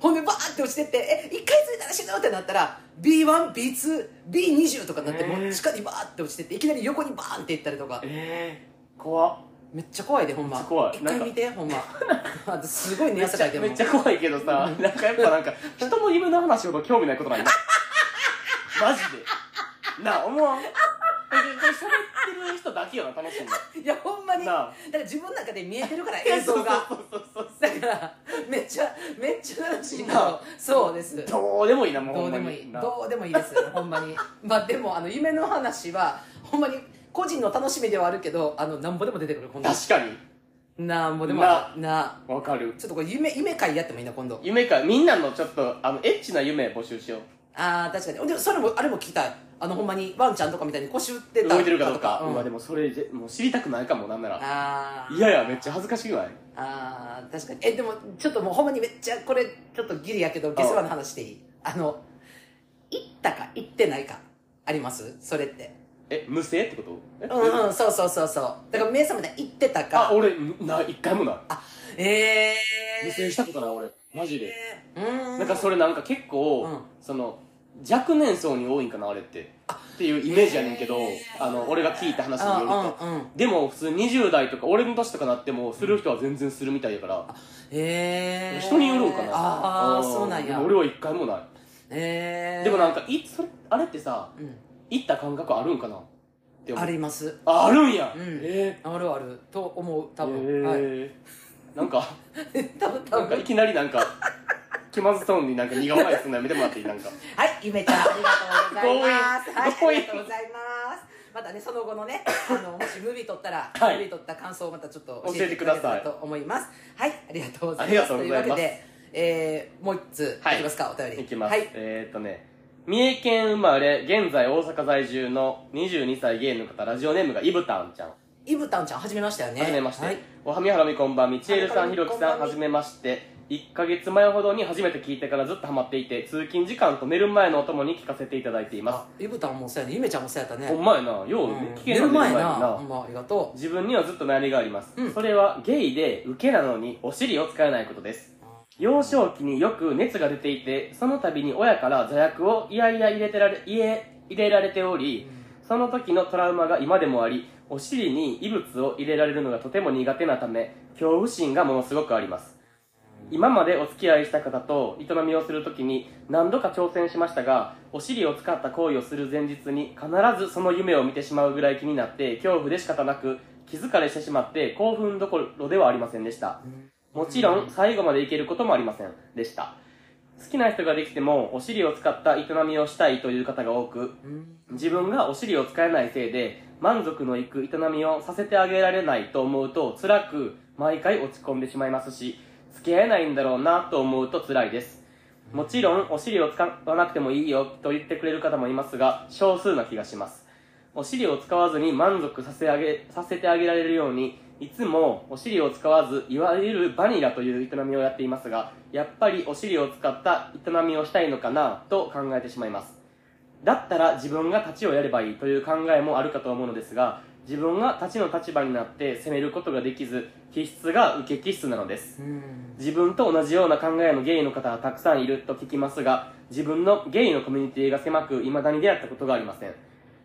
[SPEAKER 3] ほんでバーって落ちてって「え1回ついたら死ぬ」ってなったら B1B2B20 とかになってもう近にバーって落ちてっていきなり横にバーンっていったりとか
[SPEAKER 1] えー、怖っ
[SPEAKER 3] めっちゃ怖いでほんま
[SPEAKER 1] めっちゃ怖い
[SPEAKER 3] 一回見てほんま [LAUGHS] あすごい寝
[SPEAKER 1] めっ
[SPEAKER 3] 汗
[SPEAKER 1] ち
[SPEAKER 3] か
[SPEAKER 1] ゃ
[SPEAKER 3] いてる
[SPEAKER 1] めっちゃ怖いけどさなんかやっぱなんか人の夢の話ほど興味ないこと
[SPEAKER 3] [LAUGHS]
[SPEAKER 1] ないなマジでなあ思わんえこれ喋ってる人だけよな楽しんで
[SPEAKER 3] いやほんまにだ
[SPEAKER 1] なあ
[SPEAKER 3] から自分の中で見えてるから映像が
[SPEAKER 1] そうそうそうそう
[SPEAKER 3] だからめっちゃめっちゃ楽しいけ
[SPEAKER 1] な
[SPEAKER 3] どそうです
[SPEAKER 1] どうでもいいなもう
[SPEAKER 3] ど
[SPEAKER 1] ほ
[SPEAKER 3] うん
[SPEAKER 1] ま
[SPEAKER 3] で
[SPEAKER 1] に
[SPEAKER 3] もいい
[SPEAKER 1] な
[SPEAKER 3] どうでもいいですほんまにまあでもあの夢の話はほんまに個人の楽しみではあるけどあのなんぼでも出てくるこんな
[SPEAKER 1] 確かに
[SPEAKER 3] なんぼでも
[SPEAKER 1] な
[SPEAKER 3] な
[SPEAKER 1] わかる
[SPEAKER 3] ちょっとこれ夢夢会やってもいいな今度
[SPEAKER 1] 夢かみんなのちょっとあのエッチな夢募集しよう
[SPEAKER 3] ああ確かにでもそれもあれも聞きたいあのほんまにワンちゃんとかみたいに腰打ってた
[SPEAKER 1] 動いてるかどうか
[SPEAKER 3] うん
[SPEAKER 1] うわでもそれぜもう知りたくないかもなんなら
[SPEAKER 3] ああ
[SPEAKER 1] いやいやめっちゃ恥ずかしくない
[SPEAKER 3] あー確かにえでもちょっともうほんまにめっちゃこれちょっとギリやけどゲス話の話でいいあの行ったか行ってないかありますそれって
[SPEAKER 1] え無声ってことえ
[SPEAKER 3] うんうんそうそうそうそうだから目覚めたら行ってた
[SPEAKER 1] あ
[SPEAKER 3] か
[SPEAKER 1] 俺な一回もない
[SPEAKER 3] ええ
[SPEAKER 1] 無声したことない俺マジで
[SPEAKER 3] うーん
[SPEAKER 1] なんかそれなんか結構、
[SPEAKER 3] うん
[SPEAKER 1] その若年層に多いんかなあれってっていうイメージやねんけど、
[SPEAKER 3] へー
[SPEAKER 1] あの俺が聞いた話によると、
[SPEAKER 3] うんうんうん
[SPEAKER 1] でも普通20代とか俺の年とかなってもする人は全然するみたいやから、
[SPEAKER 3] ええ
[SPEAKER 1] 人によるんかな
[SPEAKER 3] ああ
[SPEAKER 1] ん
[SPEAKER 3] そうなん
[SPEAKER 1] で
[SPEAKER 3] や
[SPEAKER 1] も俺は一回もない、
[SPEAKER 3] ええ
[SPEAKER 1] でもなんかいそれあれってさ
[SPEAKER 3] うん
[SPEAKER 1] 行った感覚あるんかなって思う
[SPEAKER 3] あります
[SPEAKER 1] ああるんや、
[SPEAKER 3] うん
[SPEAKER 1] え
[SPEAKER 3] あるあると思う
[SPEAKER 1] ー、
[SPEAKER 3] 多
[SPEAKER 1] え
[SPEAKER 3] 分、はい [LAUGHS]
[SPEAKER 1] ーなんか
[SPEAKER 3] 多分 [LAUGHS] 多
[SPEAKER 1] なんか
[SPEAKER 3] 分
[SPEAKER 1] いきなりなんか気まずそうになんか苦笑いするのやめてもらっていいなんか
[SPEAKER 3] はい、ゆめちゃん、ありがとうご
[SPEAKER 1] [LAUGHS]
[SPEAKER 3] ざいます。はい、
[SPEAKER 1] 強
[SPEAKER 3] あ
[SPEAKER 1] 引
[SPEAKER 3] りがとうございます。またね、その後の
[SPEAKER 1] [LAUGHS]
[SPEAKER 3] ね、あの、もしムービー撮ったら、
[SPEAKER 1] はい
[SPEAKER 3] ムービー撮った感想をまたちょっと
[SPEAKER 1] 教えてください
[SPEAKER 3] たければと思います。はい、ありがとうございます。
[SPEAKER 1] ありがとうございます
[SPEAKER 3] というわけで、えー、もう一つ、
[SPEAKER 1] はい
[SPEAKER 3] いきますか、お便り。
[SPEAKER 1] いきます、
[SPEAKER 3] はい。
[SPEAKER 1] えー、っとね三重県生まれ現在大阪在住の22歳芸人の方ラジオネームがイブタンちゃんは
[SPEAKER 3] イブタンちゃん、はじめましたよね。
[SPEAKER 1] じめまして、
[SPEAKER 3] はい。
[SPEAKER 1] おはみはらみこんばんみちえるさん
[SPEAKER 3] は
[SPEAKER 1] ひ
[SPEAKER 3] み
[SPEAKER 1] ろ
[SPEAKER 3] はらみ
[SPEAKER 1] きさん
[SPEAKER 3] こんばんみ
[SPEAKER 1] はじめまして1ヶ月前ほどに初めて聞いてからずっとハマっていて通勤時間と寝る前のお供に聞かせていただいてい
[SPEAKER 3] あ
[SPEAKER 1] ま、
[SPEAKER 3] イブタンもそうやね、ゆめちゃんもそうやったね。
[SPEAKER 1] すほんまやなよう
[SPEAKER 3] うん
[SPEAKER 1] 聞け
[SPEAKER 3] 寝
[SPEAKER 1] んの
[SPEAKER 3] る
[SPEAKER 1] に
[SPEAKER 3] 前
[SPEAKER 1] うまい
[SPEAKER 3] な、ほんま、ありがと
[SPEAKER 1] 自分にはずっと悩みがあります、
[SPEAKER 3] うん
[SPEAKER 1] それはゲイでウケなのにお尻を使えないことです幼少期によく熱が出ていてその度に親から座薬をいやいや入れてられ入れ入れられてお
[SPEAKER 3] う。
[SPEAKER 1] りその時のトラウマが今でもありお尻に異物を入れられるのがとても苦手なため恐怖心がものすごくあります今までお付き合いした方と営みをするときに何度か挑戦しましたがお尻を使った行為をする前日に必ずその夢を見てしまうぐらい気になって恐怖で仕方なく気疲れしてしまって興奮どころではありませんでしたもちろん最後までいけることもありませんでした好きな人ができてもお尻を使った営みをしたいという方が多く
[SPEAKER 3] うん。
[SPEAKER 1] 自分がお尻を使えないせいで満足のいく営みをさせてあげられないと思うと辛く毎回落ち込んでしまいますし付き合えないんだろうなと思うと辛いですもちろんお尻を使わなくてもいいよと言ってくれる方もいますが少数な気がしますお尻を使わずに満足させあげさせてあげられるようにいつもお尻を使わずいわゆるバニラという営みをやっていますがやっぱりお尻を使った営みをしたいのかなと考えてしまいますだったら自分が立ちをやればいいという考えもあるかと思うのですが自分が立ちの立場になって責めることができず気質が受け気質なのです
[SPEAKER 3] うん
[SPEAKER 1] 自分と同じような考えのゲイの方はたくさんいると聞きますが自分のゲイのコミュニティが狭く未だに出会ったことがありません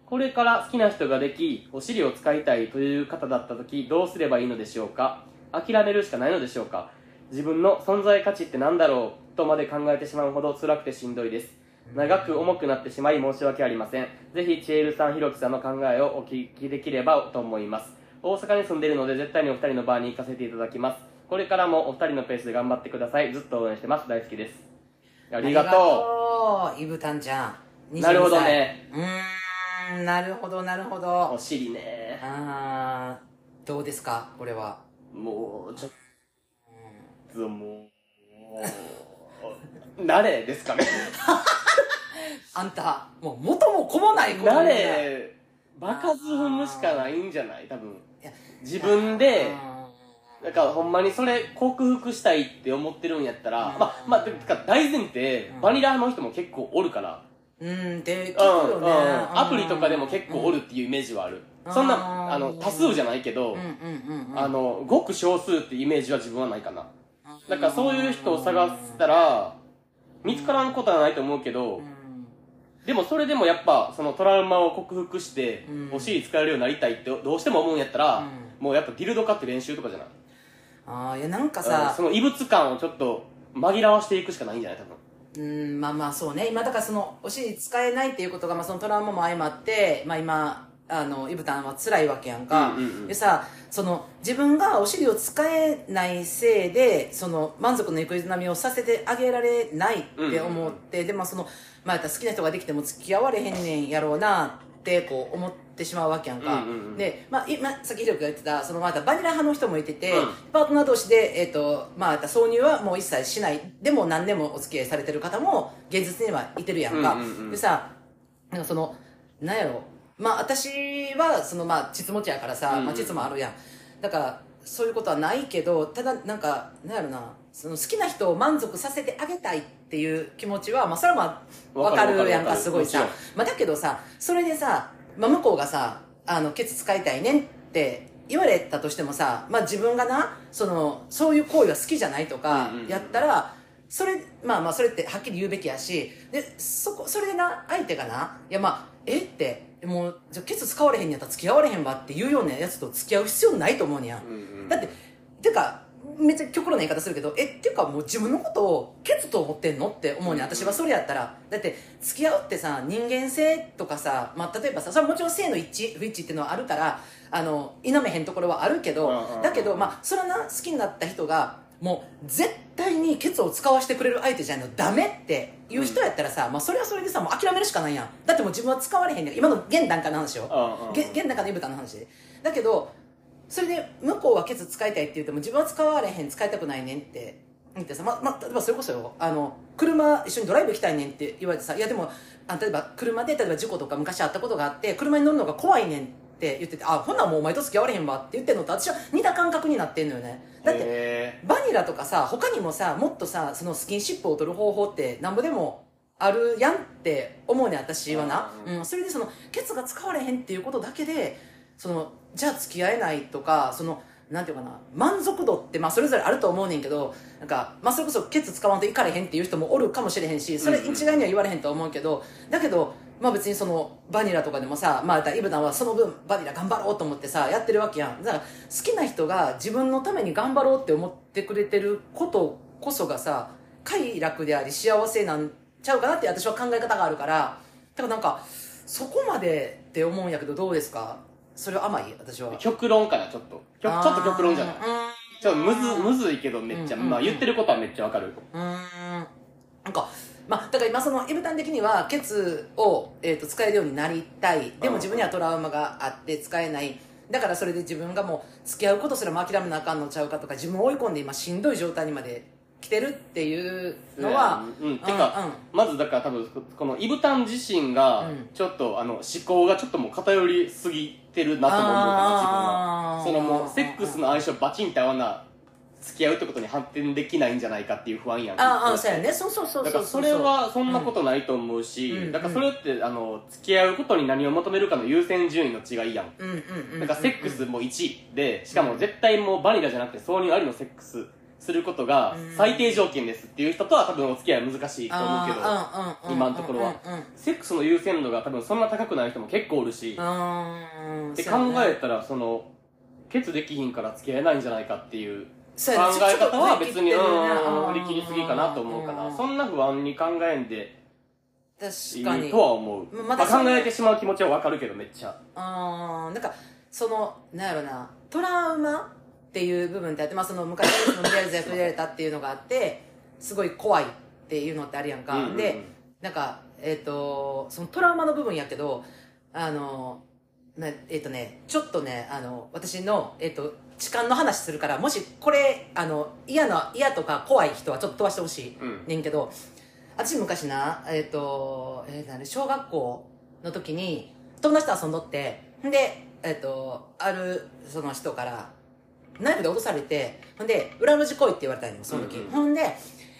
[SPEAKER 1] これから好きな人ができお尻を使いたいという方だった時どうすればいいのでしょうか諦めるしかないのでしょうか自分の存在価値って何だろうとまで考えてしまうほど辛くてしんどいです長く重くなってしまい申し訳ありませんぜひチエルさんひろきさんの考えをお聞きできればと思います大阪に住んでいるので絶対にお二人のバーに行かせていただきますこれからもお二人のペースで頑張ってくださいずっと応援してます大好きですありがとう
[SPEAKER 3] ありがとうイブタンちゃん22
[SPEAKER 1] な
[SPEAKER 3] 歳
[SPEAKER 1] るほどね
[SPEAKER 3] うーんなるほどなるほど
[SPEAKER 1] お尻ね
[SPEAKER 3] あーどうですかこれは
[SPEAKER 1] もうちょっともう誰ですかね
[SPEAKER 3] あんたもう元も子もない子もない
[SPEAKER 1] 誰場数踏むしかないんじゃない多分
[SPEAKER 3] いや
[SPEAKER 1] 自分で
[SPEAKER 3] うん
[SPEAKER 1] だからほんまにそれ克服したいって思ってるんやったら、
[SPEAKER 3] うん
[SPEAKER 1] まあまあてか大前提
[SPEAKER 3] うん
[SPEAKER 1] バニラ派の人も結構おるから、
[SPEAKER 3] うんで聞く
[SPEAKER 1] うん
[SPEAKER 3] よ
[SPEAKER 1] うん
[SPEAKER 3] ねうん
[SPEAKER 1] アプリとかでも結構おるっていうイメージはある、
[SPEAKER 3] うん
[SPEAKER 1] そん
[SPEAKER 3] うん
[SPEAKER 1] なあの多数じゃないけど、
[SPEAKER 3] うんうんうんうん
[SPEAKER 1] あのごく少数ってイメージは自分はないかなだからそういう人を探した
[SPEAKER 3] ら
[SPEAKER 1] ら見つからんことはないと思うけど、
[SPEAKER 3] うん
[SPEAKER 1] でもそれでもやっぱそのトラウマを克服して、
[SPEAKER 3] うん
[SPEAKER 1] お尻使えるようになりたいってどうしても思うんやったら、
[SPEAKER 3] う
[SPEAKER 1] もうやっぱディルド化って練習とかじゃない
[SPEAKER 3] ああいやなんか
[SPEAKER 1] うん
[SPEAKER 3] さ
[SPEAKER 1] その異物感をちょっと紛らわしていくしかないんじゃない多分
[SPEAKER 3] うんまあまあそうね今だからそのお尻使えないっていうことが、まあ、そのトラウマも相まって、まあ、今あのイブタンは辛いわけやん
[SPEAKER 1] う
[SPEAKER 3] か、
[SPEAKER 1] んうんうん
[SPEAKER 3] でさその自分がお尻を使えないせいでその満足のいく営みをさせてあげられないって思って、でまあその、まあ、やったら好きな人ができても付き合われへんねんやろうなってこう思ってしまうわけやんか、
[SPEAKER 1] うんうんうん
[SPEAKER 3] で、まあ、今さっきひろきが言ってたそのまあバニラ派の人もいてて、
[SPEAKER 1] うん
[SPEAKER 3] パートナー同士で、えっとまあ、やったら挿入はもう一切しないでも何年もお付き合いされてる方も現実にはいてるやんか、
[SPEAKER 1] うんうんうん
[SPEAKER 3] でさなんかそのなんやろまあ私はそのまあ膣持ちやからさ、
[SPEAKER 1] うんうん
[SPEAKER 3] まあ、膣もあるやんだからそういうことはないけどただなんかなんやろなその好きな人を満足させてあげたいっていう気持ちは、まあ、それはまあ
[SPEAKER 1] わ
[SPEAKER 3] わ
[SPEAKER 1] か
[SPEAKER 3] か
[SPEAKER 1] る
[SPEAKER 3] るやん
[SPEAKER 1] わかるわか
[SPEAKER 3] か
[SPEAKER 1] る
[SPEAKER 3] すごい
[SPEAKER 1] も
[SPEAKER 3] さ
[SPEAKER 1] ち、
[SPEAKER 3] まあ、だけどさそれでさ、まあ、向こうがさあのケツ使いたいねんって言われたとしてもさ、まあ、自分がなそのそういう行為は好きじゃないとか
[SPEAKER 1] うんうんうん
[SPEAKER 3] やったら、それまあまあそれってはっきり言うべきやしでそこそれでな相手がないやまあえってもうじゃあケツ使われへんやったら付き合われへんわっていうようなやつと付き合う必要ないと思うねや
[SPEAKER 1] う
[SPEAKER 3] ん
[SPEAKER 1] んうん
[SPEAKER 3] だっててかめっちゃ極論な言い方するけどえっていうかもう自分のことをケツと思ってんのって思うねん私はそれやったらだって付き合うってさ人間性とかさ、まあ、例えばさそれはもちろん性の一致不一致っていうのはあるからあの否めへんところはあるけど
[SPEAKER 1] うんうんうん
[SPEAKER 3] だけどまあそれはな好きになった人がもう絶対にケツを使わせてくれる相手じゃないのダメっていう人やったらさ、まあ、それはそれでさもう諦めるしかないやんだってもう自分は使われへんねん今の現段階の話よ
[SPEAKER 1] うんうん
[SPEAKER 3] げ現中のイブタの話でだけどそれで向こうはケツ使いたいって言っても自分は使われへん使いたくないねんって言ってさ、まま、例えばそれこそよあの車一緒にドライブ行きたいねんって言われてさいやでもあ例えば車で例えば事故とか昔あったことがあって車に乗るのが怖いねんって言っててあほんならもうお前と付き合われへんわって言ってんのと私は似た感覚になってんのよねだって
[SPEAKER 1] へ
[SPEAKER 3] バニラとかさ他にもさもっとさそのスキンシップを取る方法ってなんぼでもあるやんって思うねん私はな、
[SPEAKER 1] う
[SPEAKER 3] うん、それでそのケツが使われへんっていうことだけでそのじゃあ付き合えないとかそのなんていうかな満足度ってまあそれぞれあると思うねんけどなんか、まあ、それこそケツ使わんといかれへんっていう人もおるかもしれへんしそれ一概には言われへんとは思うけど、だけど、まあ、別にそのバニラとかでもさ、まあ、だからイブダンはその分バニラ頑張ろうと思ってさやってるわけやんだから好きな人が自分のために頑張ろうって思ってくれてることこそがさ快楽であり幸せなんちゃうかなって私は考え方があるからだからなんかそこまでって思うんやけどどうですかそれは甘い私は
[SPEAKER 1] ー極論かなちょっと極ちょっと極論じゃない
[SPEAKER 3] あーうん
[SPEAKER 1] ちょっとむずむずいけどめっちゃ、
[SPEAKER 3] うんうんうん
[SPEAKER 1] まあ言ってることはめっちゃわかる
[SPEAKER 3] うーんなんかまあだから今そのイブタン的にはケツを、えー、と使えるようになりたいでも自分にはトラウマがあって使えないだからそれで自分がもう付き合うことすらも諦めなあかんのちゃうかとか自分を追い込んで今しんどい状態にまで来てるっていうのは、
[SPEAKER 1] うんうんてか、
[SPEAKER 3] うんうん
[SPEAKER 1] まずだから多分このイブタン自身が
[SPEAKER 3] うん
[SPEAKER 1] ちょっと、あの思考がちょっともう偏りすぎてるなとも思うかな自分は
[SPEAKER 3] あー
[SPEAKER 1] そのもうセックスの相性バチンって合わな付き合うってことに発展できないんじゃないかっていう不安やん
[SPEAKER 3] ああそうやねそうそうそう
[SPEAKER 1] だ
[SPEAKER 3] そ
[SPEAKER 1] か
[SPEAKER 3] う
[SPEAKER 1] らそれはそんなことないと思うし、
[SPEAKER 3] うん
[SPEAKER 1] だからそれってあの付き合うことに何を求めるかの優先順位の違いやん、
[SPEAKER 3] うんうんうんうん
[SPEAKER 1] なんかセックスも1位でしかも絶対もうバニラじゃなくて挿入ありのセックスすることが
[SPEAKER 3] うん
[SPEAKER 1] 最低条件ですっていう人とは多分お付き合いは難しいと思うけど
[SPEAKER 3] あーうんうん
[SPEAKER 1] 今
[SPEAKER 3] うんうん
[SPEAKER 1] のところは
[SPEAKER 3] うんうん
[SPEAKER 1] セックスの優先度が多分そんな高くない人も結構おるし
[SPEAKER 3] うん
[SPEAKER 1] で考えたらそのケツできひんから付き合えないんじゃないかっていう
[SPEAKER 3] そ
[SPEAKER 1] 考
[SPEAKER 3] う
[SPEAKER 1] え
[SPEAKER 3] やねそうやね
[SPEAKER 1] 方は別に
[SPEAKER 3] ち
[SPEAKER 1] う
[SPEAKER 3] ょっと
[SPEAKER 1] ん振
[SPEAKER 3] 振
[SPEAKER 1] り切りすぎかなと思うか
[SPEAKER 3] ん
[SPEAKER 1] なんそんな不安に考えんでい
[SPEAKER 3] 確か
[SPEAKER 1] い
[SPEAKER 3] に
[SPEAKER 1] とは思う
[SPEAKER 3] ま
[SPEAKER 1] ま
[SPEAKER 3] だ
[SPEAKER 1] あ
[SPEAKER 3] そん
[SPEAKER 1] 考
[SPEAKER 3] な
[SPEAKER 1] えてしまう気持ちはわかるけどめっちゃ
[SPEAKER 3] あーなんかそのなんやろなトラウマっていう部分ってあって、まあ、その昔の無理やり触れられたっていうのがあってすごい怖いっていうのってあるやんか、
[SPEAKER 1] うんうんうん
[SPEAKER 3] でなんかえっ、とそのトラウマの部分やけどあのなえっ、とねちょっとねあの私の、えっと痴漢の話するからもしこれあの嫌な嫌とか怖い人はちょっと飛ばしてほしい、
[SPEAKER 1] うん
[SPEAKER 3] ねんけど私昔なえっ、と、えー、なんで小学校の時に友達と遊んどってんでえっ、とあるその人からナイフで脅されてほんで裏路地来いって言われたんよその時、
[SPEAKER 1] うんうん
[SPEAKER 3] ほんで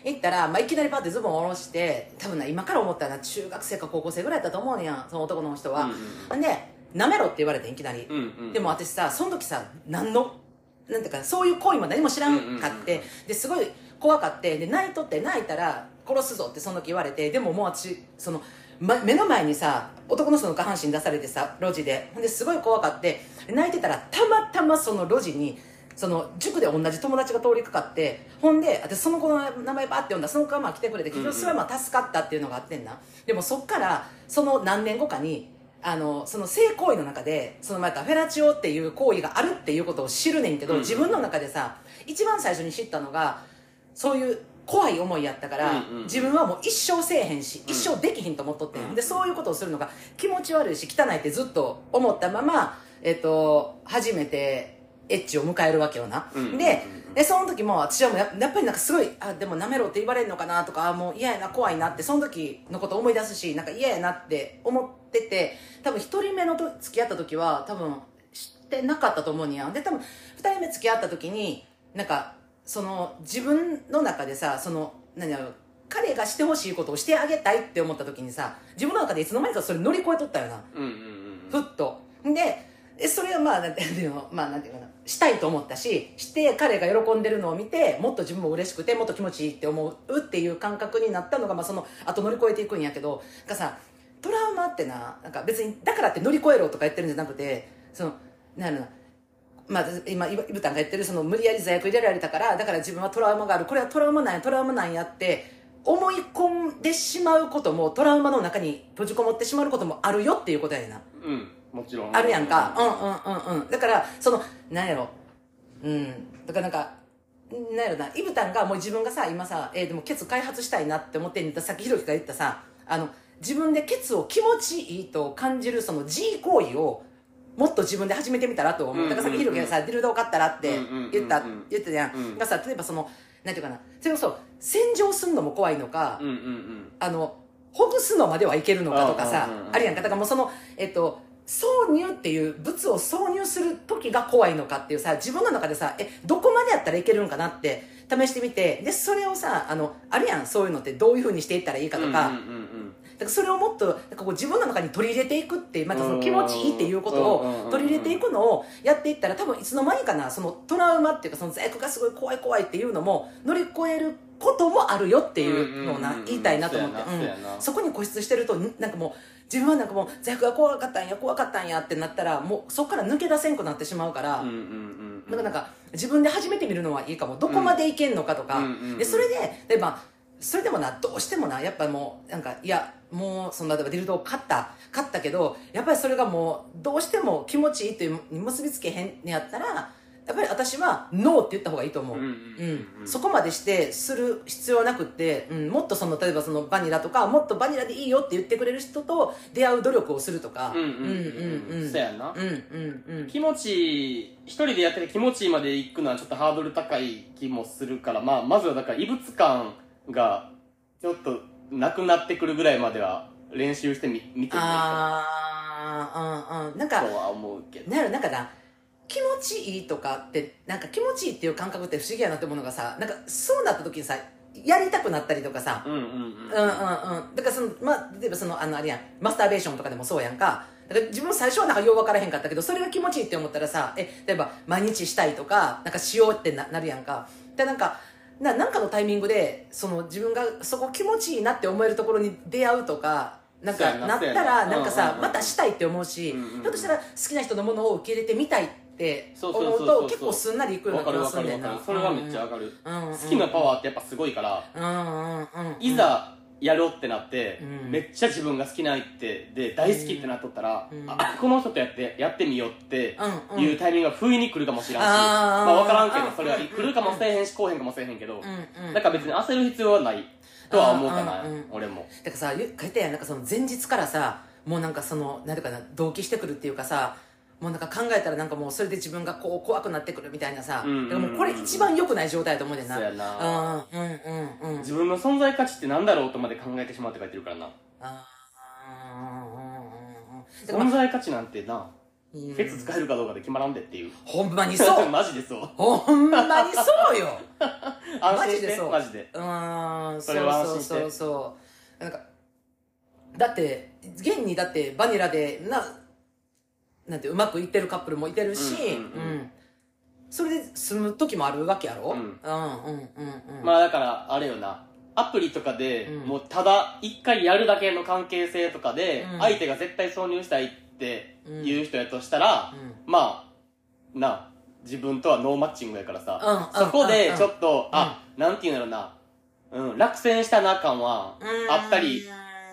[SPEAKER 3] 行ったら、まあ、いきなりパッてズボンを下ろして多分な今から思ったらな中学生か高校生ぐらいだったと思うねやんその男の人は、ほんで「なめろ」って言われてんいきなり、
[SPEAKER 1] うんうんうん
[SPEAKER 3] でも私さその時さ何のなんていうかそういう行為も何も知らんかって、
[SPEAKER 1] うんうん
[SPEAKER 3] ですごい怖かってで泣いとって泣いたら殺すぞってその時言われてでももう私その、ま目の前にさ男の人の下半身出されてさ路地でほんですごい怖かってで泣いてたらたまたまその路地にその塾で同じ友達が通りかかってほんで私その子の名前バーって呼んだその子がまあ来てくれて結局それはまあ助かったっていうのがあってんな、でもそっからその何年後かにあのその性行為の中でそのまたフェラチオっていう行為があるっていうことを知るねんけど、
[SPEAKER 1] うん
[SPEAKER 3] 自分の中でさ一番最初に知ったのがそういう怖い思いやったから、
[SPEAKER 1] うんうん
[SPEAKER 3] 自分はもう一生せえへんし、
[SPEAKER 1] うん
[SPEAKER 3] 一生できひんと思っとってん、
[SPEAKER 1] うん
[SPEAKER 3] でそういうことをするのが気持ち悪いし汚いってずっと思ったまま、えっと初めてエッチを迎えるわけよな、
[SPEAKER 1] うんうんうん
[SPEAKER 3] ででその時も私はもうややっぱりなんかすごいあでもなめろって言われるのかなとかあもう嫌やな怖いなってその時のこと思い出すしなんか嫌やなって思ってて多分1人目のと付き合った時は多分知ってなかったと思うんやんで多分2人目付き合った時になんかその自分の中でさその何やろ彼がしてほしいことをしてあげたいって思った時にさ自分の中でいつの間にかそれ乗り越えとったよな
[SPEAKER 1] うんうんう
[SPEAKER 3] ふっとでえそれはまあなんて [LAUGHS] いうのまあなんていうかなしたいと思ったしして彼が喜んでるのを見てもっと自分も嬉しくてもっと気持ちいいって思うっていう感覚になったのが、まあ、そのあと乗り越えていくんやけどなんかさトラウマってななんか別にだからって乗り越えろとか言ってるんじゃなくてそのなんやろなまあ、今イブイブタンが言ってるその無理やり座薬入れられたからだから自分はトラウマがあるこれはトラウマなんやトラウマなんやって思い込んでしまうこともトラウマの中に閉じこもってしまうこともあるよっていうことやねんなん
[SPEAKER 1] うんもちろん
[SPEAKER 3] あるやんか。うんうんうんうん。だから、その、なんやろ。うん。だからなんか、なんやろな。イブタンがもう自分がさ、今さ、えーでもケツ開発したいなって思ってんだ。さっきひろきが言ったさ、あの、自分でケツを気持ちいいと感じるその G 行為を、もっと自分で始めてみたらと思う。だからさっきひろきがさ、ディルドを買ったらって言った
[SPEAKER 1] うんうんうんうん、
[SPEAKER 3] 言ってたや
[SPEAKER 1] うん
[SPEAKER 3] ん。がさ、例えばその、なんていうかな。それこそ、洗浄すんのも怖いのか
[SPEAKER 1] うん、うんうん
[SPEAKER 3] あの、ほぐすのまではいけるのかとかさ
[SPEAKER 1] うんうんうんう、ん
[SPEAKER 3] あるやんか。だからもうその、えっと、挿入っていう物を挿入する時が怖いのかっていうさ、自分の中でさ、え、どこまでやったらいけるんかなって試してみて、で、それをさ、あの、あるやん、そういうのってどういう風にしていったらいいか
[SPEAKER 1] う
[SPEAKER 3] とか、
[SPEAKER 1] んう
[SPEAKER 3] だか
[SPEAKER 1] んうん
[SPEAKER 3] らそれをもっと、なんかこう自分の中に取り入れていくっていう、またその気持ちいいっていうこと
[SPEAKER 1] うんうんうんう
[SPEAKER 3] を
[SPEAKER 1] ん
[SPEAKER 3] 取り入れていくのをやっていったら、多分いつの間にかな、そのトラウマっていうか、その罪悪がすごい怖い怖いっていうのも乗り越えることもあるよっていうのをな、
[SPEAKER 1] うんうんうんうん
[SPEAKER 3] 言いたいなと思って。
[SPEAKER 1] そうやなそうやな
[SPEAKER 3] そこに固執してるとんなんかもう自分はなんかもう罪悪が怖かったんや怖かったんやってなったらもうそこから抜け出せんくなってしまうから、
[SPEAKER 1] うんうんうん
[SPEAKER 3] なんかなんか自分で始めてみるのはいいかもどこまでいけんのかとか、
[SPEAKER 1] うんうんうんうん
[SPEAKER 3] でそれで例えばそれでもなどうしてもなやっぱもうなんかいやもうその例えばディルドを買った買ったけどやっぱりそれがもうどうしても気持ちいいというに結びつけへんねやったらやっぱり私はノーって言った方がいいと思う、
[SPEAKER 1] うんうんうん
[SPEAKER 3] うん、そこまでしてする必要なくって、うん、もっとその例えばそのバニラとかもっとバニラでいいよって言ってくれる人と出会う努力をするとか
[SPEAKER 1] うんうんうんうんそうやな
[SPEAKER 3] うんうんうん
[SPEAKER 1] 気持ちいい一人でやってて気持ちいいまで行くのはちょっとハードル高い気もするから、まあ、まずはだから異物感がちょっとなくなってくるぐらいまでは練習してみ見てみよう
[SPEAKER 3] ああうんうんなん
[SPEAKER 1] と
[SPEAKER 3] か
[SPEAKER 1] は思うけど
[SPEAKER 3] なるなんかな気気持ちいいとかってなんか気持ちいいっていう感覚って不思議やなってものがさなんかそうなった時にさやりたくなったりとかさ、
[SPEAKER 1] うんうんうん
[SPEAKER 3] うんうんうんだからそのまあ例えばそのあのあれやんマスターベーションとかでもそうやんかだから自分最初はなんかよう分からへんかったけどそれが気持ちいいって思ったらさえ例えば毎日したいとかなんかしようってななるやんかでなんかななんかのタイミングでその自分がそこ気持ちいいなって思えるところに出会うとかなん
[SPEAKER 1] そう
[SPEAKER 3] か
[SPEAKER 1] やな
[SPEAKER 3] なっ
[SPEAKER 1] そう
[SPEAKER 3] た
[SPEAKER 1] やな
[SPEAKER 3] らなんか
[SPEAKER 1] うんうん
[SPEAKER 3] さ
[SPEAKER 1] うんうん
[SPEAKER 3] またしたいって思うし
[SPEAKER 1] うんうんうん
[SPEAKER 3] ひょっとしたら好きな人のものを受け入れてみたいって思
[SPEAKER 1] そううそうそうそう
[SPEAKER 3] と結構すんなりいくよう
[SPEAKER 1] わ
[SPEAKER 3] な
[SPEAKER 1] か
[SPEAKER 3] 気
[SPEAKER 1] る
[SPEAKER 3] が
[SPEAKER 1] わ
[SPEAKER 3] す
[SPEAKER 1] か
[SPEAKER 3] るん
[SPEAKER 1] る
[SPEAKER 3] だよ
[SPEAKER 1] わかる
[SPEAKER 3] な
[SPEAKER 1] それはめっちゃわかる、
[SPEAKER 3] うんうん
[SPEAKER 1] 好きなパワーってやっぱすごいから、
[SPEAKER 3] うんうんうんうん
[SPEAKER 1] いざやろうってなって、
[SPEAKER 3] うん
[SPEAKER 1] めっちゃ自分が好きなってで大好きってなっとったら、
[SPEAKER 3] うん
[SPEAKER 1] あこの人とやってやってみようって
[SPEAKER 3] うんうん
[SPEAKER 1] いうタイミングが不意に来るかもしらんし、
[SPEAKER 3] あー
[SPEAKER 1] まあ、分からんけ
[SPEAKER 3] う
[SPEAKER 1] ど
[SPEAKER 3] ん
[SPEAKER 1] それは来るかもせえへんし来おへんかもせえへんけど、
[SPEAKER 3] うんうん
[SPEAKER 1] だから別に焦る必要はないとは思うかな、
[SPEAKER 3] うんうんうん
[SPEAKER 1] 俺も
[SPEAKER 3] だからさゆ書いてやんなんかその前日からさもうなんかそのなんていうかな動機してくるっていうかさもうなんか考えたらなんかもうそれで自分がこう怖くなってくるみたいなさ、
[SPEAKER 1] うんうんうん
[SPEAKER 3] だからもうこれ一番良くない状態だと思うねんな
[SPEAKER 1] そうやな
[SPEAKER 3] うんうんうんうん
[SPEAKER 1] 自分の存在価値って何だろうとまで考えてしまうって書いてるからな
[SPEAKER 3] あーうんうんうんうんだからま
[SPEAKER 1] 存
[SPEAKER 3] あ
[SPEAKER 1] 在価値なんてな
[SPEAKER 3] うん
[SPEAKER 1] フェス使えるかどうかで決まらんでっていう
[SPEAKER 3] ほんまにそ
[SPEAKER 1] [LAUGHS]
[SPEAKER 3] う
[SPEAKER 1] マジでそう
[SPEAKER 3] ほんまにそうよ
[SPEAKER 1] 安心
[SPEAKER 3] マジ
[SPEAKER 1] し
[SPEAKER 3] で
[SPEAKER 1] て
[SPEAKER 3] そう
[SPEAKER 1] マジで
[SPEAKER 3] うーん
[SPEAKER 1] それは安
[SPEAKER 3] そう
[SPEAKER 1] 心して
[SPEAKER 3] そうそうなんかだって現にだってバニラでななんてうまくいってるカップルもいてるし、
[SPEAKER 1] うんうんうん
[SPEAKER 3] それで住む時もあるわけやろ、
[SPEAKER 1] うん
[SPEAKER 3] うんうんうんうん
[SPEAKER 1] まあだからあれよなアプリとかで、
[SPEAKER 3] うん
[SPEAKER 1] もうただ一回やるだけの関係性とかで、
[SPEAKER 3] うん
[SPEAKER 1] 相手が絶対挿入したいっていう人やとしたら
[SPEAKER 3] う、ん
[SPEAKER 1] まあなあ自分とはノーマッチングやからさ、
[SPEAKER 3] うんうん
[SPEAKER 1] そこ
[SPEAKER 3] う
[SPEAKER 1] で
[SPEAKER 3] んうん
[SPEAKER 1] ちょっと、あなんていうんだろうな、うん、落選したな感はあったり